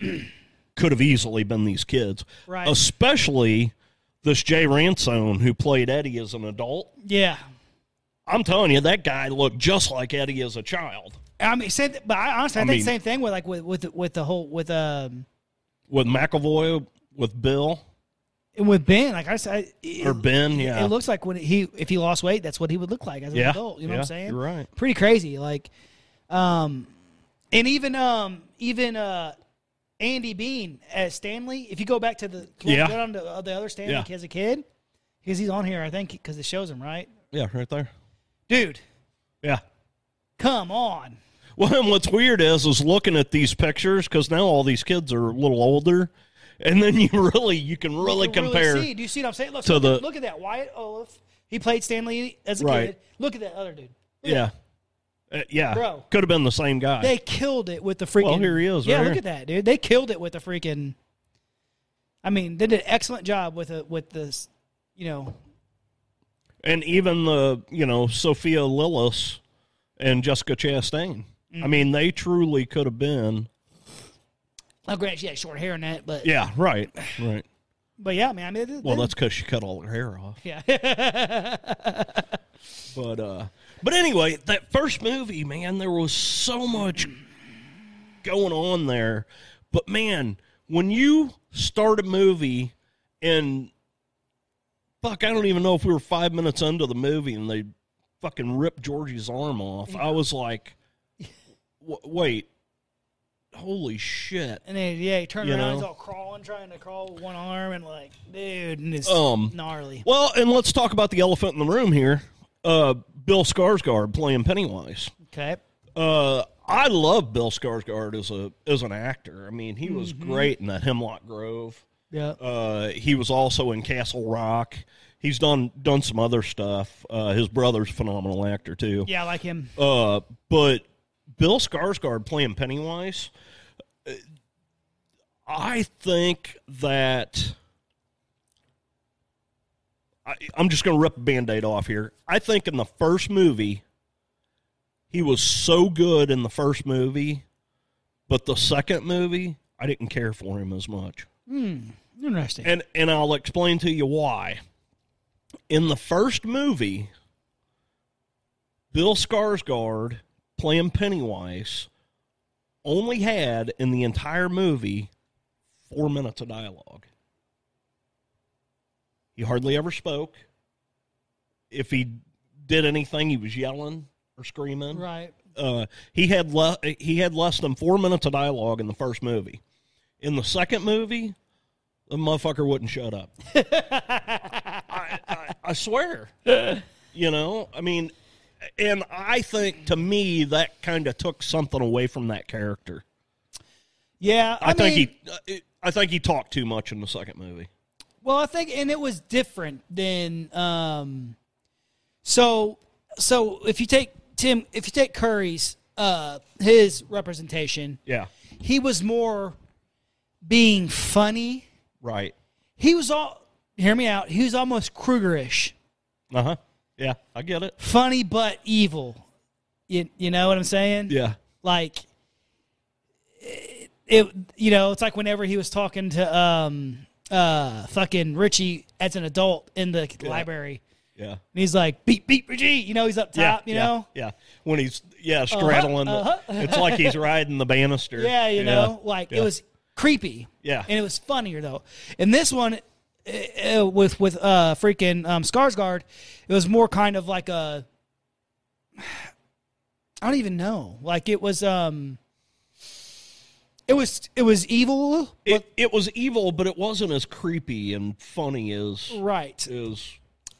could have easily been these kids,
Right.
especially this Jay Ransone who played Eddie as an adult.
Yeah.
I'm telling you, that guy looked just like Eddie as a child
I mean, same. Th- but I honestly, I,
I
think
mean-
same thing with like with with with the whole with um
with McAvoy with Bill
And with Ben, like I said, it,
or Ben. Yeah,
it looks like when he if he lost weight, that's what he would look like as an
yeah.
adult. You know
yeah,
what I'm saying?
You're right.
Pretty crazy. Like, um, and even um even uh Andy Bean as Stanley. If you go back to the go
Yeah.
down to uh, the other Stanley
Yeah.
as a kid, because he's on here, I think, because it shows him right,
Yeah, right there.
dude.
Yeah.
Come on.
Well, and what's weird is is looking at these pictures because now all these kids are a little older, and then you really you can really
You can
compare.
see. Do you see what I'm saying? Look,
to
look, at,
the-
look at that Wyatt Olaf. He played Stanley as a
Right.
kid. Look at that other dude.
yeah, Uh, yeah,
Bro.
could have been the same guy.
They killed it with the freaking.
Well, here he is
Yeah,
right
look
here.
at that, dude. They killed it with the freaking. I mean, they did an excellent job with a with this, you know.
and even the you know Sophia Lillis and Jessica Chastain.
Mm-hmm.
I mean, they truly could have been.
Oh, granted, she had short hair and that, but yeah.
Yeah, right, right.
but yeah, man. I mean, they-
Well,
they-
that's because she cut all her hair off.
yeah.
But uh, but anyway, that first movie, man, there was so much going on there. But man, when you start a movie and fuck, I don't even know if we were five minutes into the movie and they fucking ripped Georgie's arm off. I was like, w- wait, holy shit.
and then yeah, he turned
You
around,
know.
he's all crawling, trying to crawl with one arm, and like, dude, and it's
Um,
gnarly.
Well, and let's talk about the elephant in the room here. Uh, Bill Skarsgård playing Pennywise.
Okay,
Uh, I love Bill Skarsgård as a as an actor. I mean, he was great in that Hemlock Grove.
yeah.
Uh, he was also in Castle Rock. He's done done some other stuff. Uh, his brother's a phenomenal actor too.
Yeah, I like him.
Uh, but Bill Skarsgård playing Pennywise, uh, I think that I, I'm just going to rip a band-aid off here. I think in the first movie, he was so good in the first movie, but the second movie, I didn't care for him as much.
Interesting.
And and I'll explain to you why. In the first movie, Bill Skarsgård playing Pennywise only had in the entire movie four minutes of dialogue. He hardly ever spoke. If he did anything, he was yelling or screaming
right.
uh, he had le- he had less than four minutes of dialogue in the first movie. In the second movie, the motherfucker wouldn't shut up. I, I, I swear, you know. I mean, and I think to me that kind of took something away from that character.
Yeah,
I,
I,
think
mean-
he, uh, I think he talked too much in the second movie.
Well, I think, and it was different than. Um, so, so if you take Tim, if you take Curry's uh, his representation,
Yeah,
he was more being funny.
right.
He was all hear me out. He was almost Krugerish,
Uh huh. Yeah, I get it.
funny but evil. You you know what I'm saying?
Yeah,
like it, you know it's like whenever he was talking to um uh fucking richie as an adult in the library
yeah.
and he's like beep beep richie you know he's up top you
yeah,
know Uh-huh,
yeah. When he's yeah straddling, the- it's like he's riding the banister.
yeah you know like
yeah.
it was creepy
Yeah.
and it was funnier though and this one uh, uh, with with uh freaking um Skarsgård, it was more kind of like a i don't even know like it was um it was it was evil
It, it was evil, but it wasn't as creepy and funny as
Right.
is.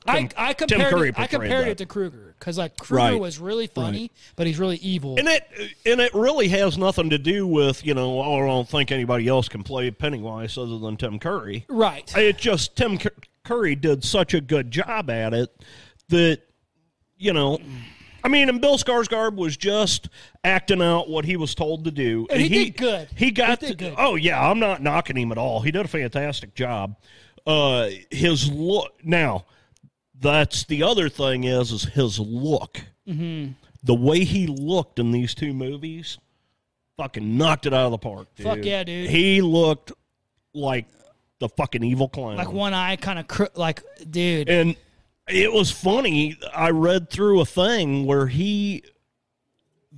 I, I compared,
Curry
it, I
portrayed
compared
that.
it to Kruger because like Kruger
Right.
was really funny, but he's really evil.
And it and it really has nothing to do with you know oh, I don't think anybody else can play Pennywise other than Tim Curry.
right.
It just Tim Cur- Curry did such a good job at it that you know. I mean, and Bill Skarsgård was just acting out what he was told to do.
And he did good.
He got
He did
to-
good.
Oh yeah, I'm not knocking him at all. He did a fantastic job. Uh, his look now. That's the other thing is is his look.
Mm-hmm.
The way he looked in these two movies, fucking knocked it out of the park. Dude.
Fuck yeah, dude.
He looked like the fucking evil clown.
like one eye kind of cr- like dude.
And it was funny. I read through a thing where he,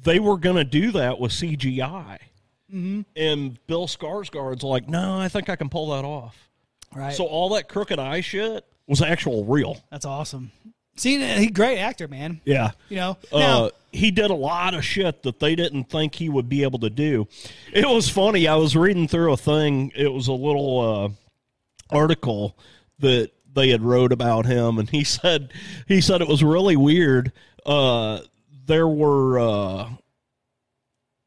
they were going to do that with CGI.
Mm-hmm.
And Bill Skarsgård's like, no, I think I can pull that off.
Right.
So all that crooked eye shit was actual real.
That's awesome. See, he's a great actor, man.
Yeah.
You know, now,
Uh, he did a lot of shit that they didn't think he would be able to do. It was funny. I was reading through a thing. It was a little uh, article that they had wrote about him, and he said he said it was really weird. Uh, there were uh,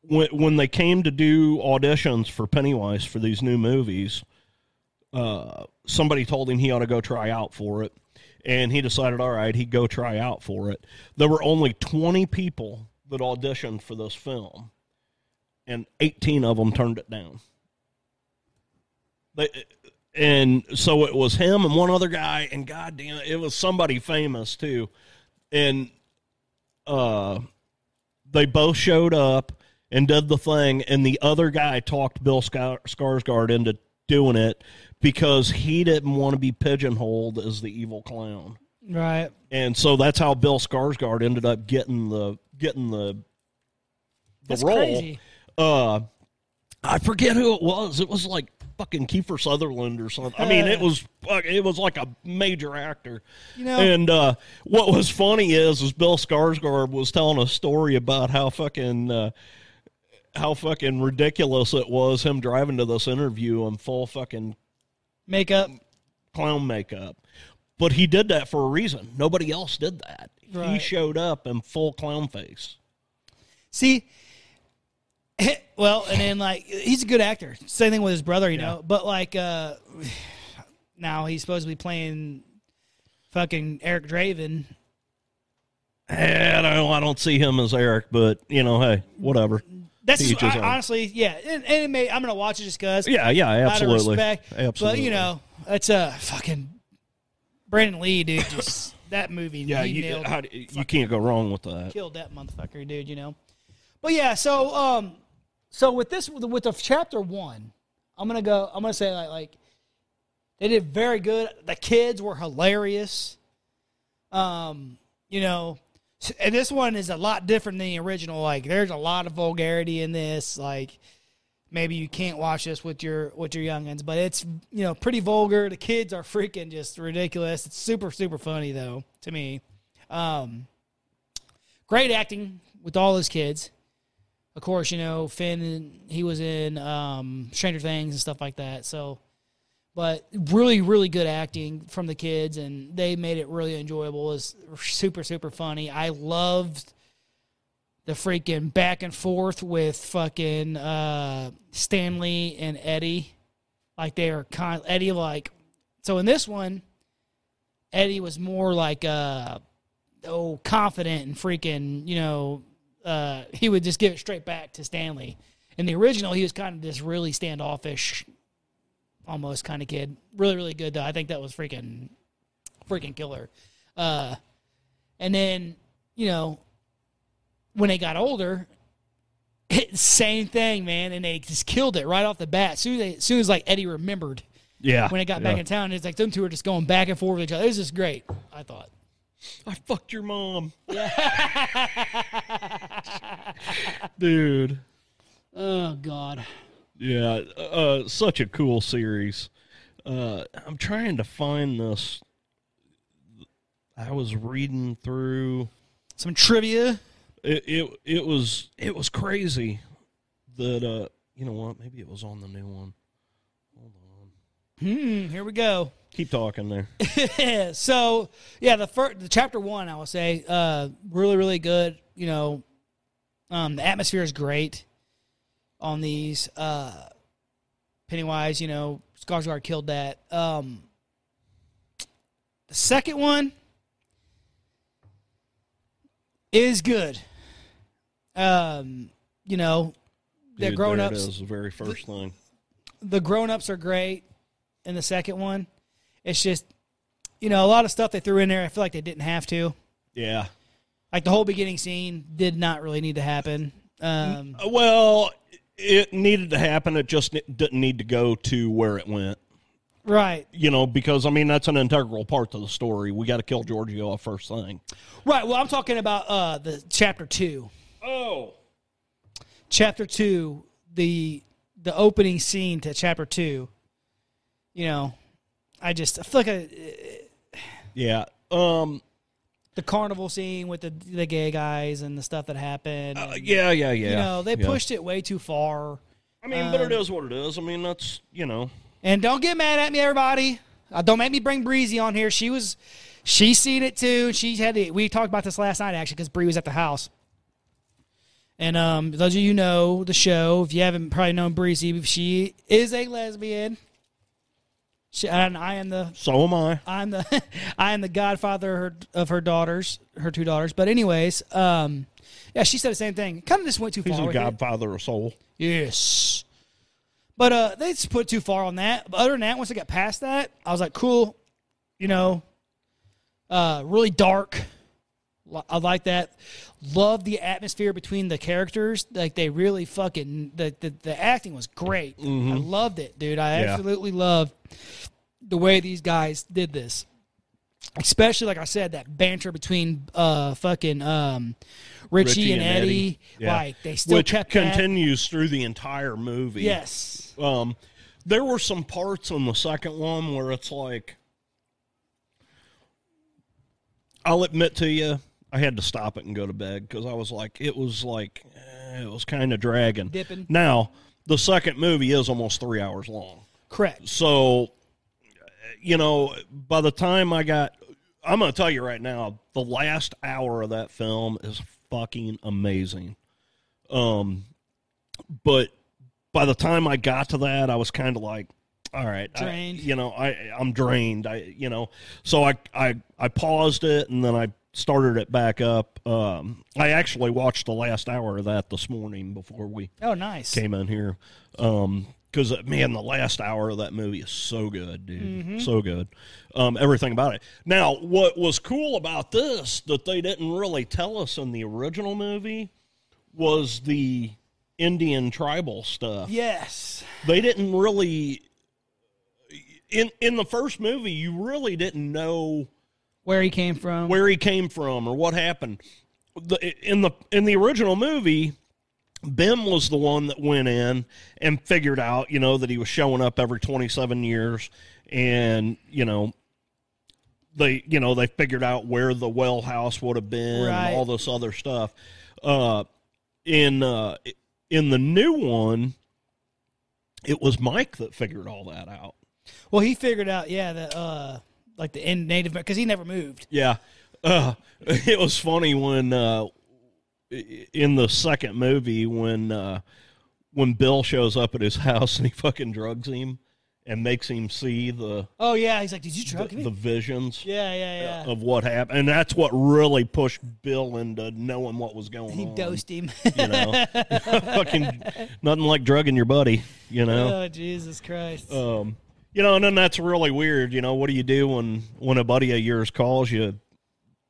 when when they came to do auditions for Pennywise for these new movies. Uh, somebody told him he ought to go try out for it, and he decided, all right, he'd go try out for it. There were only 20 people that auditioned for this film, and 18 of them turned it down. They, and so it was him and one other guy, and goddamn, it was somebody famous too, and uh, they both showed up and did the thing, and the other guy talked Bill Skar- Skarsgård into doing it because he didn't want to be pigeonholed as the evil clown,
right.
and so that's how Bill Skarsgård ended up getting the getting the the
That's
role.
crazy.
Uh, I forget who it was. It was like fucking Kiefer Sutherland or something. I mean, it was fuck- it was like a major actor.
You know-
and uh, what was funny is is Bill Skarsgård was telling a story about how fucking. Uh, how fucking ridiculous it was him driving to this interview in full fucking
Makeup.
clown makeup. But he did that for a reason. Nobody else did that. He
Right.
showed up in full clown face.
See, well, and then like he's a good actor. Same thing with his brother, you know. But like uh now he's supposed to be playing fucking Eric Draven.
And I don't, I don't see him as Eric, but you know, hey, whatever.
That's
To
just,
each his
I-
own.
honestly, yeah. And, and it may, I'm gonna watch it just because.
Yeah, yeah, absolutely.
Out of respect,
absolutely.
But you know, that's a fucking Brandon Lee, dude. Just that movie.
yeah,
he
you,
nailed it.
how do- you can't go wrong with that.
killed that motherfucker, dude. You know. But yeah, so um, so with this with the chapter one, I'm gonna go. I'm gonna say like like they did very good. The kids were hilarious. Um, you know, s- and this one is a lot different than the original. Like, there's a lot of vulgarity in this. Like, maybe you can't watch this with your with your youngins, but it's you know pretty vulgar. The kids are freaking just ridiculous. It's super super funny though to me. Um, great acting with all those kids. Of course, you know Finn. and- He was in um, Stranger Things and stuff like that. So, but really, really good acting from the kids, and they made it really enjoyable. It was super, super funny. I loved the freaking back and forth with fucking uh, Stanley and Eddie. Like they are con Eddie like. So in this one, Eddie was more like uh oh confident and freaking you know uh he would just give it straight back to Stanley. In the original, he was kind of this really standoffish, almost kind of kid. Really, really good though. I think that was freaking, freaking killer. Uh, and then you know when they got older, same thing, man. And they just killed it right off the bat. Soon, they, soon as like Eddie remembered
Yeah.
when they got
yeah.
back in town, it's like them two are just going back and forth with each other. It was just great. I thought.
I fucked your mom. Dude.
Oh God.
Yeah, uh, such a cool series. Uh, I'm trying to find this. I was reading through.
Some trivia.
It it, it was it was crazy that uh, you know what? Maybe it was on the new one.
Hmm, here we go.
Keep talking there.
so yeah, the first the chapter one, I will say, uh, really, really good. You know, um, the atmosphere is great on these. Uh, Pennywise, you know, Skarsgård killed that. Um, the second one is good. Um, you know, the
Dude,
grown
there it
ups
is, the very first thing.
the grown-ups are great in the second one it's just you know a lot of stuff they threw in there i feel like they didn't have to
Yeah.
like the whole beginning scene did not really need to happen um,
Uh, Well, it needed to happen. It just didn't need to go to where it went.
right
You know, because I mean that's an integral part to the story. We got to kill Giorgio off first thing.
right well i'm talking about uh, the chapter two
Oh,
chapter two the the opening scene to chapter two, you know, I just I feel like I,
Yeah. Um.
the carnival scene with the the gay guys and the stuff that happened.
uh,
and,
yeah. Yeah. Yeah.
You know, they
yeah.
pushed uh, it way too far.
I mean, but it is what it is. I mean, that's you know.
And don't get mad at me, everybody. Uh, don't make me bring Breezy on here. She was, she seen it too. She had the, we talked about this last night actually because Bree was at the house. And um, those of you who know the show, if you haven't probably known Breezy, she is a lesbian. She, and I am the
So am I.
I'm the I am the godfather of her, of her daughters, her two daughters. But anyways, um, yeah, she said the same thing. Kind of just went too
He's
far.
the
with it.
godfather of soul.
Yes. But uh, they just put too far on that. But other than that, once I got past that, I was like, cool. You know, uh, really dark. Li- I like that. Love the atmosphere between the characters. Like they really fucking the the, the acting was great. I loved it, dude. I
Mm-hmm. Yeah.
absolutely loved the way these guys did this. Especially like I said, that banter between uh fucking um Richie,
Richie
and,
and
Eddie.
Eddie. Yeah.
Like they still
which
kept that.
continues through the entire movie.
Yes.
Um, there were some parts on the second one where it's like, I'll admit to you, I had to stop it and go to bed because I was like, it was like, eh, it was kind of dragging.
Dipping.
Now, the second movie is almost three hours long.
Correct.
So, you know, by the time I got, I'm going to tell you right now, the last hour of that film is fucking amazing. Um, but by the time I got to that, I was kind of like, all right, I-
Drained.
you know, I I'm drained. I you know, so I I I paused it and then I started it back up. Um, I actually watched the last hour of that this morning before we
Oh, nice.
came in here. Um, because man, the last hour of that movie is so good, dude, so good. Um, everything about it. Now, what was cool about this that they didn't really tell us in the original movie was the Indian tribal stuff.
Yes.
They didn't really in in the first movie. You really didn't know
Where he came from.
where he came from or what happened. The, in the in the original movie, Bim was the one that went in and figured out, you know, that he was showing up every 27 years and, you know, they, you know, they figured out where the well house would have been
Right.
and all this other stuff. Uh in uh in the new one, it was Mike that figured all that out.
well, he figured out, yeah, the uh, like the in native because he never moved.
Yeah. Uh, it was funny when uh, i- in the second movie when uh, when Bill shows up at his house and he fucking drugs him and makes him see the
Oh yeah, he's like, did you drug me?
the uh, visions
yeah, yeah, yeah.
of what happened, and that's what really pushed Bill into knowing what was going
he
on.
dosed him.
um, You know, fucking nothing like drugging your buddy. You know,
oh Jesus Christ.
um, you know, and then that's really weird. You know, what do you do when when a buddy of yours calls you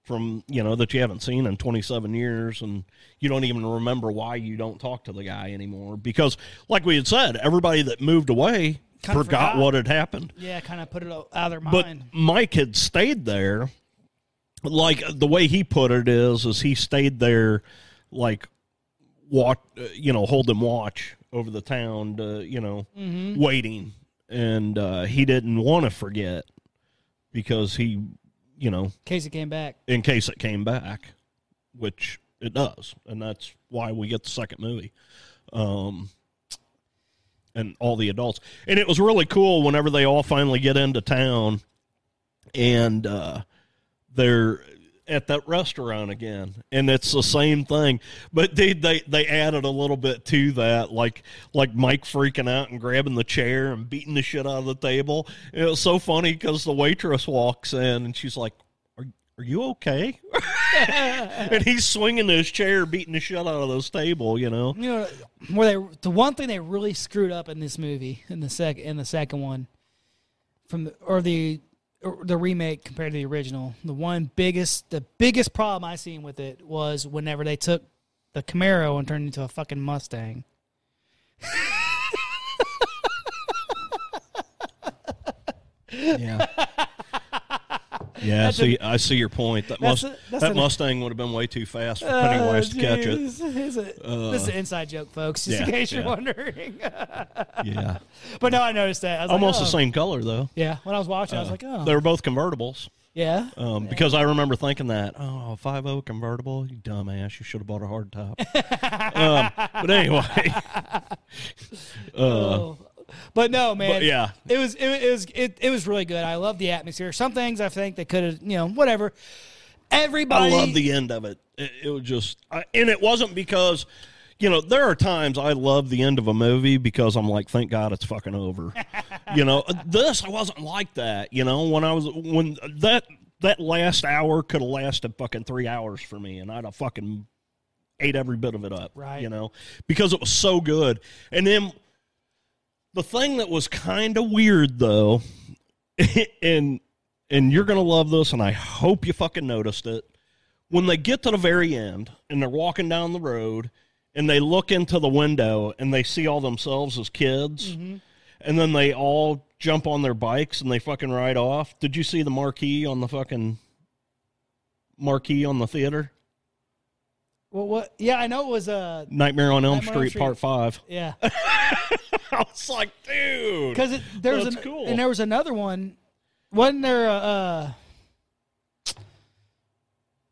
from you know that you haven't seen in 27 years, and you don't even remember why you don't talk to the guy anymore? Because, like we had said, everybody that moved away
Kinda
forgot,
forgot.
what had happened.
yeah, kind of put it out of their
But
mind.
Mike had stayed there. Like the way he put it is, is he stayed there, like watch, you know, holding watch over the town, to, you know, waiting, and uh, he didn't want to forget because he, you know,
Casey came back.
in case it came back, which it does, and that's why we get the second movie, um, and all the adults. And it was really cool whenever they all finally get into town, and uh, they're at that restaurant again, and it's the same thing. But dude, they they added a little bit to that, like like Mike freaking out and grabbing the chair and beating the shit out of the table. It was so funny because the waitress walks in and she's like. "Are Are you okay? and he's swinging his chair, beating the shit out of this table. You know,
You know, where they the one thing they really screwed up in this movie in the sec in the second one, from the, or the or the remake compared to the original, the one biggest the biggest problem I seen with it was whenever they took the Camaro and turned it into a fucking Mustang.
yeah, Yeah, I
That's a-
see, I see your point. That,
That's
must,
a- that's
that
an-
Mustang would have been way too fast for Pennywise to catch it.
Uh, This is an inside joke, folks, just in
Uh, yeah,
case you're
yeah.
wondering.
Yeah,
but no, I noticed that. I was like,
almost the
oh.
same color though.
Yeah, when I was watching, I was like, oh,
They were both convertibles.
yeah.
Um, Because I remember thinking that, oh, 5.0 convertible, you dumbass, you should have bought a hard top. um, but anyway,
Oh. But no, man.
But, yeah.
it was it, it was it, it was really good. I love the atmosphere. Some things I think they could have, you know, whatever.
I
Everybody,
love the end of it. It, it was just, I, and it wasn't because, you know, there are times I love the end of a movie because I'm like, thank God it's fucking over. you know, this I wasn't like that. You know, when I was when that that last hour could have lasted fucking three hours for me, and I'd have fucking ate every bit of it up.
Right.
You know, because it was so good, and then. The thing that was kind of weird though, and and you're gonna love this, and I hope you fucking noticed it. When they get to the very end and they're walking down the road and they look into the window and they see all themselves as kids, and then they all jump on their bikes and they fucking ride off. Did you see the marquee on the fucking marquee on the theater?
Well, what? Yeah, I know it was uh,
Nightmare on Elm,
Nightmare on
Street,
Elm
Part Five.
yeah,
I was like, dude,
because there was
That's
an,
cool.
and there was another one. Wasn't there? A, uh,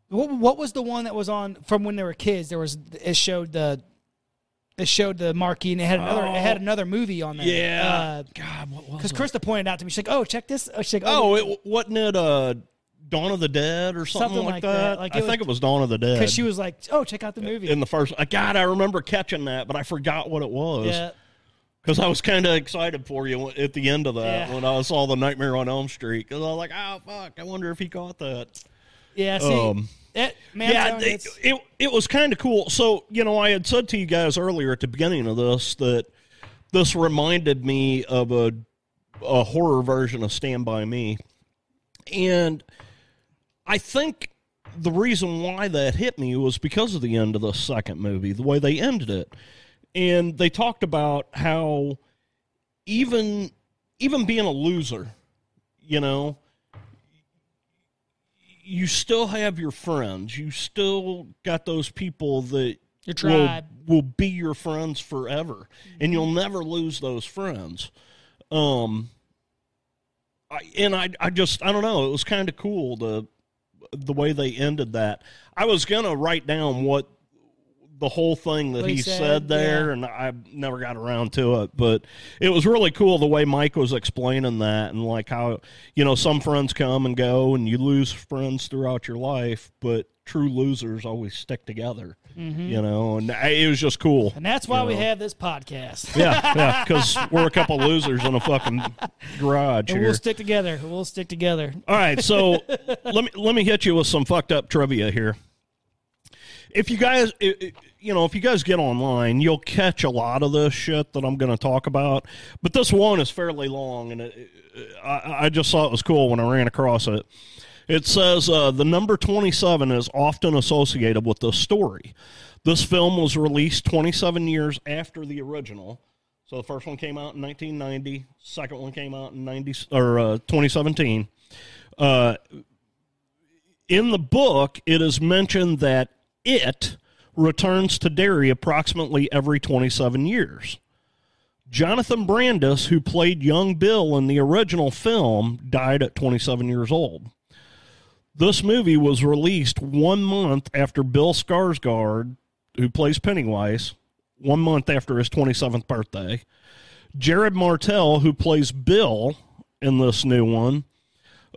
what what was the one that was on from when they were kids? There was it showed the. It showed the marquee, and it had another.
Oh.
It had another movie on there. uh,
yeah, God, what was
because Krista pointed out to me, she's like, "Oh, check this." Oh, She's like, "Oh,
Oh, it wasn't it uh, Dawn of the Dead or something,
Something
like,
like
that.
that. Like,
I
it was-
think it was Dawn of the Dead.
Because she was like, "Oh, check out the movie."
in the first. Uh, God, I remember catching that, but I forgot what it was
yeah,
because I was kind of excited for you when- at the end of that
Yeah.
when I saw the Nightmare on Elm Street because I was like, oh fuck, I wonder if he caught that.
yeah. See,
Um,
it, man, I'm
yeah,
telling you,
it,
it's-
it it was kind of cool. So you know, I had said to you guys earlier at the beginning of this that this reminded me of a a horror version of Stand by Me, and I think the reason why that hit me was because of the end of the second movie, the way they ended it, and they talked about how even even being a loser, you know, you still have your friends. You still got those people that
Your tribe. Mm-hmm.
will, will be your friends forever, and you'll never lose those friends. Um, I, and I, I just, I don't know. It was kind of cool the the way they ended that. I was gonna write down what the whole thing that
What
he,
he
said,
said,
there,
yeah.
and I never got around to it. But it was really cool the way Mike was explaining that, and like how you know some friends come and go, and you lose friends throughout your life, but true losers always stick together.
Mm-hmm.
You know, and I, it was just cool.
and that's why
you
we
know.
have this podcast.
yeah, yeah, because we're a couple losers in a fucking garage
and
here.
we'll stick together. We'll stick together.
All right, so let me let me hit you with some fucked up trivia here. If you guys, i- i- you know, if you guys get online, you'll catch a lot of this shit that I'm going to talk about. But this one is fairly long, and it, I, I just thought it was cool when I ran across it. It says uh, the number 27 is often associated with this story. This film was released 27 years after the original. So the first one came out in 1990, second one came out in 90 or uh, 2017 uh, in the book, it is mentioned that it returns to Derry approximately every 27 years. Jonathan Brandis, who played young Bill in the original film, died at 27 years old. This movie was released one month after Bill Skarsgård, who plays Pennywise, one month after his 27th birthday. Jared Martell, who plays Bill in this new one,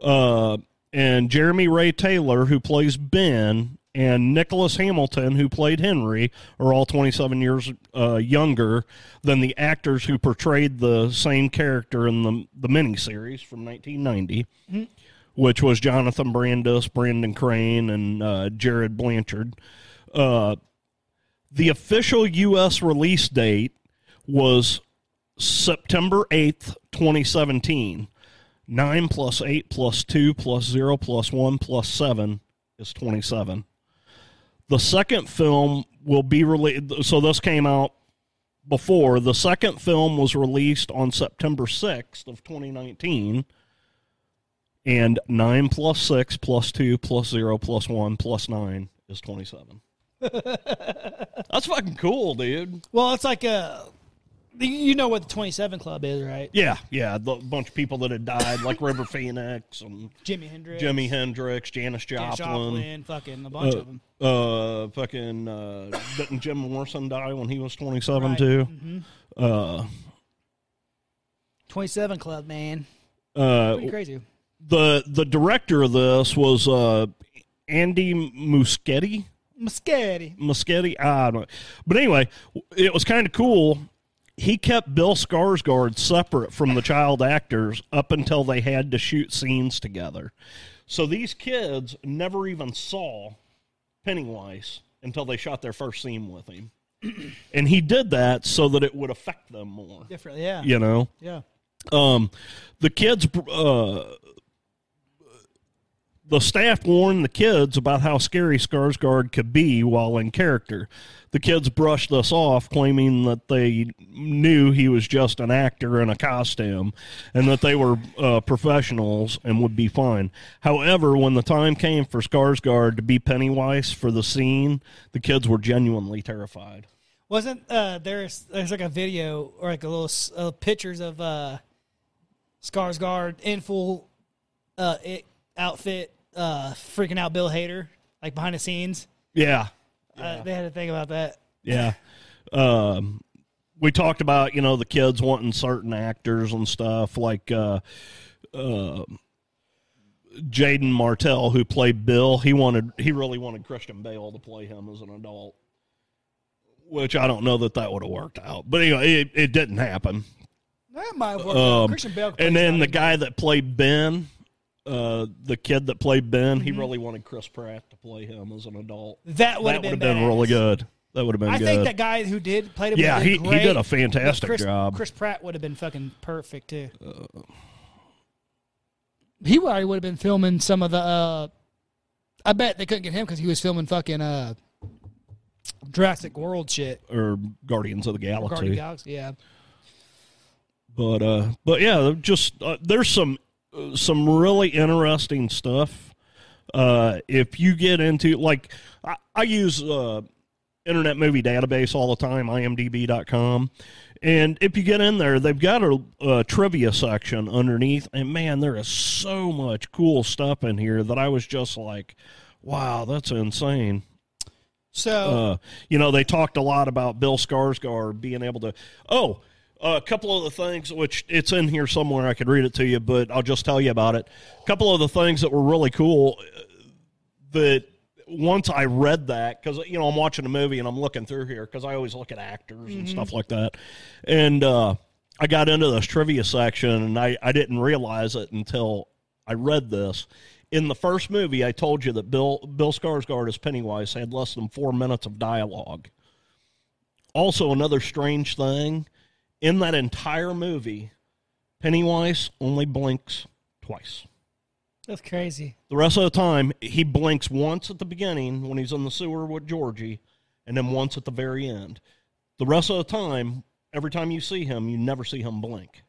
uh, and Jeremy Ray Taylor, who plays Ben, and Nicholas Hamilton, who played Henry, are all 27 years uh, younger than the actors who portrayed the same character in the, the miniseries from 1990, which was Jonathan Brandis, Brandon Crane, and uh, Jared Blanchard. Uh, the official U.S. release date was September 8th, 2017. 9 plus 8 plus 2 plus 0 plus 1 plus 7 is 27. The second film will be released. So this came out before. The second film was released on September 6th of 2019. And 9 plus 6 plus 2 plus 0 plus 1 plus 9 is 27. That's fucking cool, dude.
Well, it's like a. You know what the 27 Club is, right?
Yeah, yeah. The bunch of people that had died, like River Phoenix and
Jimi Hendrix,
Jimi Hendrix, Janis
Janis
Joplin.
Joplin, fucking a bunch of them.
Uh, fucking uh, didn't Jim Morrison die when he was twenty seven
Right. Mm-hmm.
too?
27 Club, man.
Uh,
Pretty crazy.
the the director of this was uh, Andy Muschietti.
Muscati.
Muschietti, I don't. But anyway, it was kind of cool. He kept Bill Skarsgård separate from the child actors up until they had to shoot scenes together. So these kids never even saw Pennywise until they shot their first scene with him. and he did that so that it would affect them more.
Different, yeah.
You know?
Yeah.
um, the kids uh, the staff warned the kids about how scary Skarsgård could be while in character. The kids brushed us off, claiming that they knew he was just an actor in a costume and that they were uh, professionals and would be fine. However, when the time came for Skarsgård to be Pennywise for the scene, the kids were genuinely terrified.
Wasn't uh, there's there's like a video or like a little s- uh, pictures of uh, Skarsgård in full uh, it, outfit, uh, freaking out Bill Hader like behind the scenes.
Yeah.
Uh, they had to think about that.
Yeah. Um, we talked about, you know, the kids wanting certain actors and stuff like uh, uh, Jaden Martell, who played Bill. He wanted, he really wanted Christian Bale to play him as an adult, which I don't know that that would have worked out. But anyway, it, it didn't happen.
That might work.
Um, and then the guy that played Ben, uh, the kid that played Ben, he really wanted Chris Pratt to play him as an adult.
Mm-hmm. that would
That
have
would
been,
have been,
badass.
really good. That would have been
I
good.
think that guy who did played it.
Yeah,
would've
he,
been
he did
great,
a
but
fantastic
Chris,
job.
Chris Pratt would have been fucking perfect too. he already would have been filming some of the. Uh, I bet they couldn't get him because he was filming fucking uh, Jurassic World shit.
or Guardians of the Galaxy.
Guardian Galaxy, yeah.
but uh, but yeah, they're just uh, there's some uh, some really interesting stuff. Uh, if you get into like, I, I use uh, Internet Movie Database all the time, IMDb.com, and if you get in there, they've got a, a trivia section underneath, and man, there is so much cool stuff in here that I was just like, wow, that's insane.
So
Uh, you know, they talked a lot about Bill Skarsgård being able to. Oh, a couple of the things which it's in here somewhere. I could read it to you, but I'll just tell you about it. A couple of the things that were really cool uh, that once I read that because you know I'm watching a movie and I'm looking through here because I always look at actors and stuff like that, and uh, I got into this trivia section and I I didn't realize it until I read this. In the first movie, I told you that Bill Bill Skarsgård as Pennywise had less than four minutes of dialogue. Also, another strange thing in that entire movie, Pennywise only blinks twice.
that's crazy.
The rest of the time, he blinks once at the beginning when he's in the sewer with Georgie, and then once at the very end. The rest of the time, every time you see him, you never see him blink.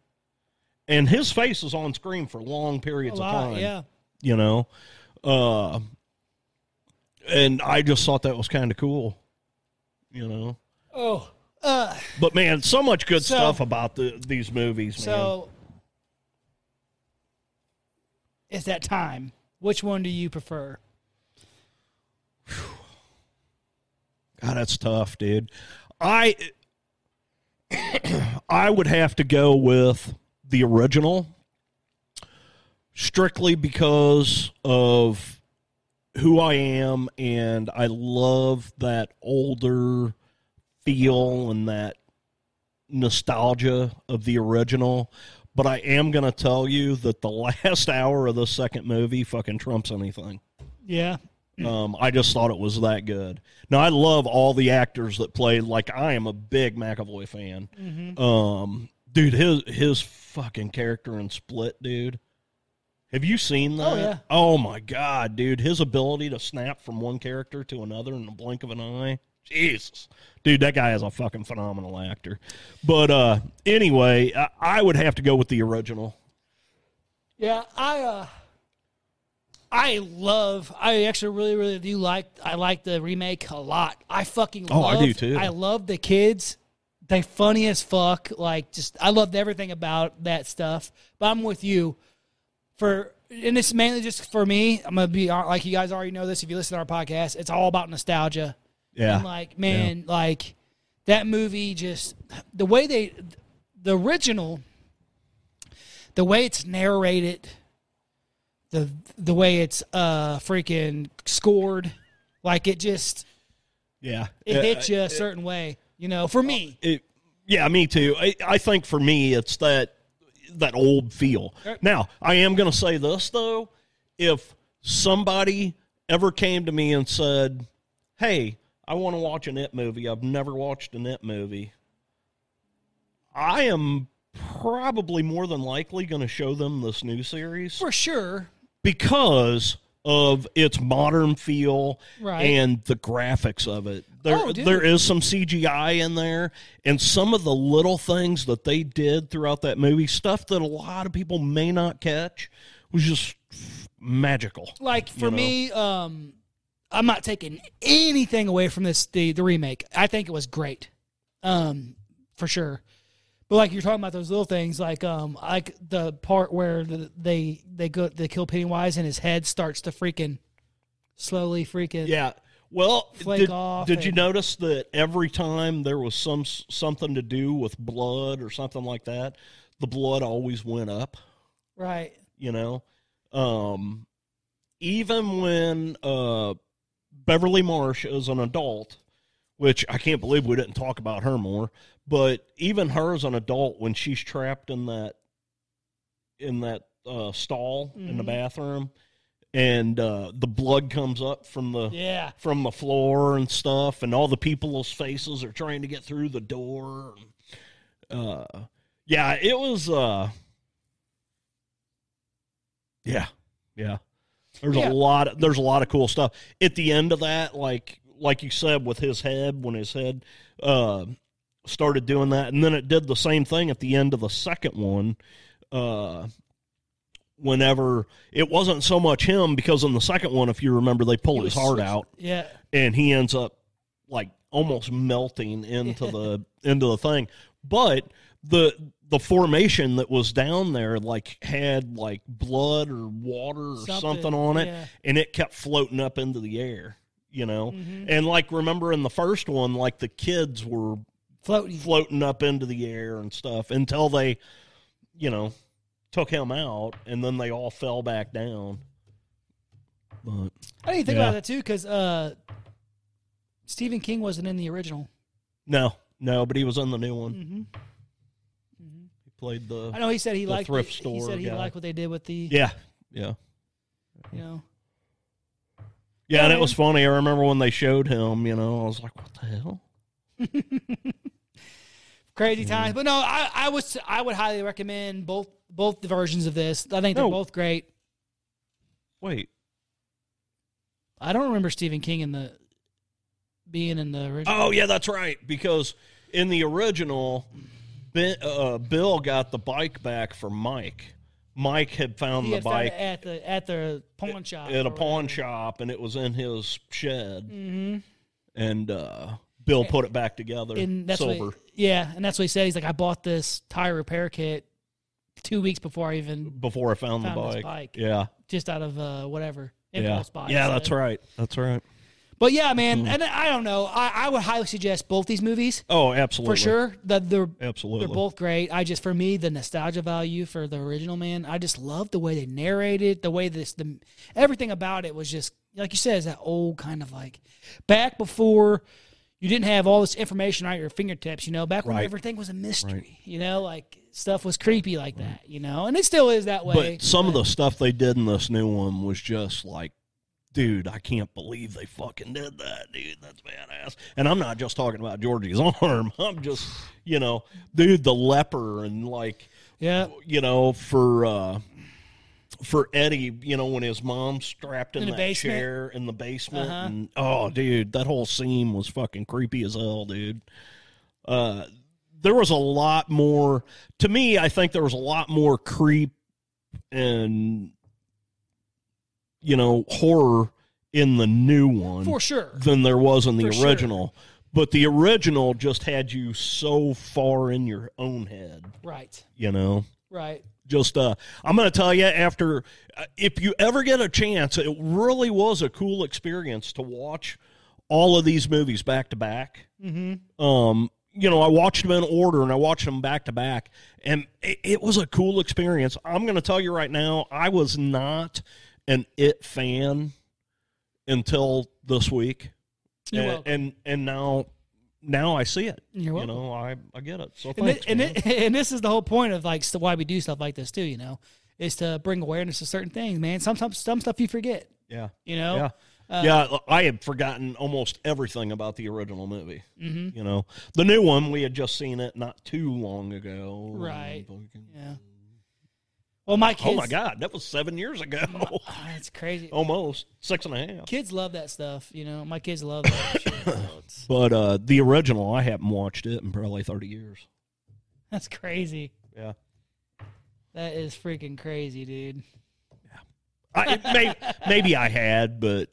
And his face is on screen for long
A
periods of
lot,
time.
yeah.
You know? Uh, and I just thought that was kind of cool. You know?
Oh, uh,
But man, so much good
So-
stuff about the, these movies, man.
so it's that time. Which one do you prefer?
God, that's tough, dude. I I would have to go with the original strictly because of who I am and I love that older feel and that nostalgia of the original. But I am going to tell you that the last hour of the second movie fucking trumps anything.
Yeah,
Um, I just thought it was that good. Now I love all the actors that played. Like I am a big McAvoy fan.
Mm-hmm.
Um, dude, his his fucking character in Split, dude. Have you seen that?
Oh, yeah.
Oh, my god, dude, his ability to snap from one character to another in the blink of an eye. Jesus, dude, that guy is a fucking phenomenal actor. But uh, anyway, I, I would have to go with the original.
yeah. I uh, I love. I actually really, really do like. I like the remake a lot. I fucking.
Oh, I
love,
do too.
I love the kids. They funny as fuck. Like, just I loved everything about that stuff. But I'm with you for, and it's mainly just for me. I'm gonna be like you guys already know this. If you listen to our podcast, it's all about nostalgia.
Yeah.
And like, man, like that movie just the way they the original the way it's narrated the the way it's uh freaking scored like it just
yeah.
it
Uh,
hits you a certain way, you know, for me.
it, yeah, me too. I, I think for me, it's that that old feel. Now, I am going to say this though: if somebody ever came to me and said, "Hey, I want to watch an It movie. I've never watched an It movie," I am probably more than likely going to show them this new series
For sure.
because of its modern feel
Right.
and the graphics of it. There,
Oh, dude.
there is some CGI in there, and some of the little things that they did throughout that movie, stuff that a lot of people may not catch, was just magical.
Like for
You know?
me, um I'm not taking anything away from this the the remake. I think it was great. Um for sure. But like you're talking about those little things, like um, like the part where the, they they go they kill Pennywise and his head starts to freaking slowly freaking
Yeah. Well,
Flake
did,
off
did you
and-
notice that every time there was some s- something to do with blood or something like that, the blood always went up?
right.
you know um even when uh beverly marsh is an adult which i can't believe we didn't talk about her more but even her as an adult when she's trapped in that in that uh stall in the
Mhm.
bathroom and uh the blood comes up from the
Yeah,
from the floor and stuff, and all the people's faces are trying to get through the door. Uh, yeah, it was. Uh, yeah, yeah. There's
Yeah.
a lot. Of, there's a lot of cool stuff at the end of that. Like like you said, with his head when his head uh, started doing that, and then it did the same thing at the end of the second one. Uh, whenever it wasn't so much him because in the second one, if you remember, they pull
It
his
was
heart
so-
out
yeah.
and he ends up like almost melting into the into the thing but the the formation that was down there like had like blood or water or something,
Something,
on it
yeah.
and it kept floating up into the air you know
Mhm.
and like remember in the first one like the kids were
Floating.
floating up into the air and stuff until they you know took him out and then they all fell back down but
I didn't think
Yeah.
about that too because uh, Stephen King wasn't in the original.
no no but he was in the new one
Mm-hmm.
he played the
I know he said he
The
liked
thrift
the- He
store
said he
guy.
liked what they did with the
Yeah. Yeah.
you know.
Yeah, and it
Yeah.
was funny. I remember when they showed him, you know, I was like, what the hell?
crazy times. But no, I, I was I would highly recommend both both the versions of this. I think they're
No.
both great.
Wait.
I don't remember Stephen King in the being in the original.
Oh, yeah, that's right. Because in the original, ben, uh, Bill got the bike back for Mike. Mike had found
he
the
had found
bike
it at the at the pawn shop.
at
or
a pawn
whatever.
shop, and it was in his shed.
Mhm.
And uh, Bill put it back together.
And that's
silver.
what, yeah, and that's what he said. He's like, I bought this tire repair kit two weeks before I even
Before I found,
Found
the
his
bike.
bike.
Yeah.
just out of uh, whatever
Yeah.
impulse buy.
yeah,
So-
that's right. Mm-hmm. That's right.
But yeah, man, and I don't know. I, I would highly suggest both these movies
Oh,
for
absolutely.
sure. That they're
Absolutely.
They're both great. I just for me the nostalgia value for the original man. I just love the way they narrated, the way this the everything about it was just like you said, is that old kind of like back before you didn't have all this information at your fingertips, you know, back when
Right.
everything was a mystery,
Right.
you know, like stuff was creepy like that, you know, and it still is that way.
But some of the stuff they did in this new one was just like, dude, I can't believe they fucking did that, dude. That's badass. And I'm not just talking about Georgie's arm. I'm just, you know, dude, the leper and like,
yeah,
you know, for uh for Eddie, you know, when his mom strapped in,
In the
that
basement?
chair in the basement,
Uh-huh.
and oh, dude, that whole scene was fucking creepy as hell, dude. Uh, there was a lot more. To me, I think there was a lot more creep and you know, horror in the new one
for sure.
than there was in the
For sure.
original. But the original just had you so far in your own head,
Right,
you know.
right.
Just uh I'm going to tell you after uh, if you ever get a chance, it really was a cool experience to watch all of these movies back to back.
Mm-hmm.
Um you know, I watched them in order and I watched them back to back, and it, it was a cool experience. I'm going to tell you right now, I was not an It fan until this week
You're
and,
welcome.
and and now now I see it.
You're welcome.
You know, I I get it. So
And,
thanks.
thi- and,
man.
thi- and this is the whole point of like so why we do stuff like this too. You know, is to bring awareness to certain things, man. Sometimes some stuff you forget.
yeah.
You know,
Yeah.
uh,
yeah, I had forgotten almost everything about the original movie.
Mhm.
You know, the new one we had just seen it not too long ago.
Right.
Oh
Yeah. Well, my kids.
my God, Oh. that was seven years ago,
Ah, That's crazy.
almost six and a half.
Kids love that stuff. You know, my kids love that. shit. So it's-
But uh, the original, I haven't watched it in probably thirty years.
That's crazy.
Yeah,
That is freaking crazy, dude.
I, it may, maybe I had, but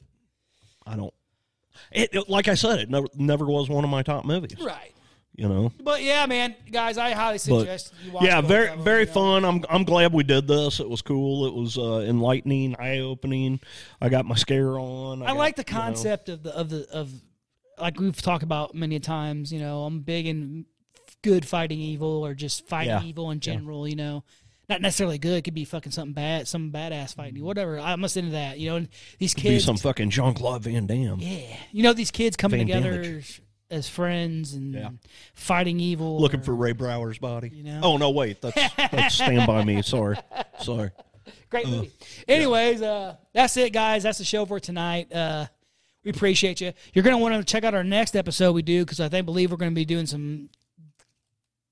I don't. It, it- like I said, it never never was one of my top movies.
Right.
You know,
But yeah, man, guys, I highly suggest you watch.
yeah,
both
very
of them,
very
you know?
fun. I'm I'm glad we did this. It was cool. It was uh, enlightening, eye opening. I got my scare on.
I
got,
like the
you know,
concept of the of the of like we've talked about many times. You know, I'm big in good fighting evil or just fighting
Yeah.
evil in general. You know, not necessarily good. It could be fucking something bad, some badass fighting you, whatever. I'm just into that. You know, and these
be
kids,
some fucking Jean Claude Van Damme.
yeah, you know, these kids coming
Van
together
Damage.
as friends and
Yeah.
fighting evil,
Looking
or-
for Ray Brower's body.
You know?
Oh no, wait, that's that's Stand by Me. Sorry, sorry. Mm.
Great movie. Anyways, uh, that's it, guys. That's the show for tonight. Uh, we appreciate you. You're going to want to check out our next episode we do because I think believe we're going to be doing some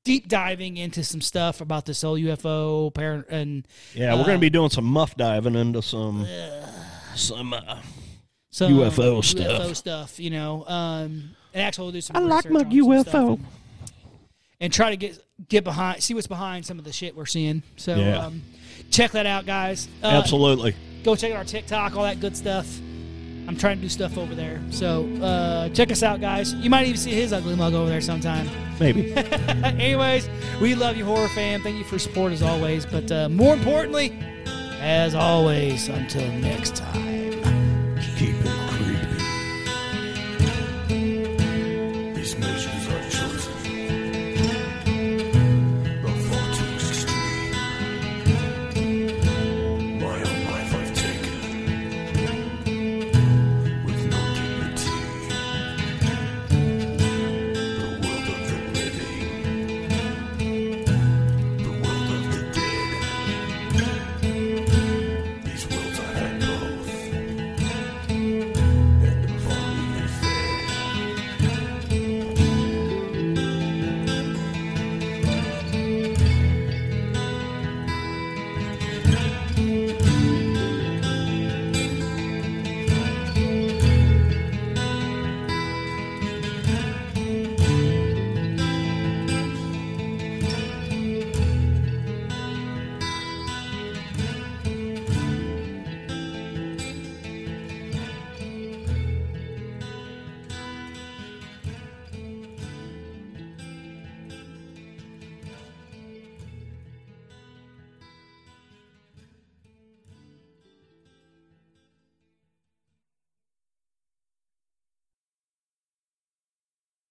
deep diving into some stuff about this whole UFO parent and
Yeah, we're gonna be doing some muff diving into some some. Uh,
some
UFO stuff.
UFO stuff. You know, um, and actually we'll do some.
I like
research
my
on some stuff
UFO.
and- And try to get get behind, see what's behind some of the shit we're seeing. So
Yeah.
um, check that out, guys. Uh,
absolutely.
go check out our TikTok, all that good stuff. I'm trying to do stuff over there. So uh, check us out, guys. You might even see his ugly mug over there sometime.
Maybe.
Anyways, we love you, horror fam. Thank you for support as always. But uh, more importantly, as always, until next time.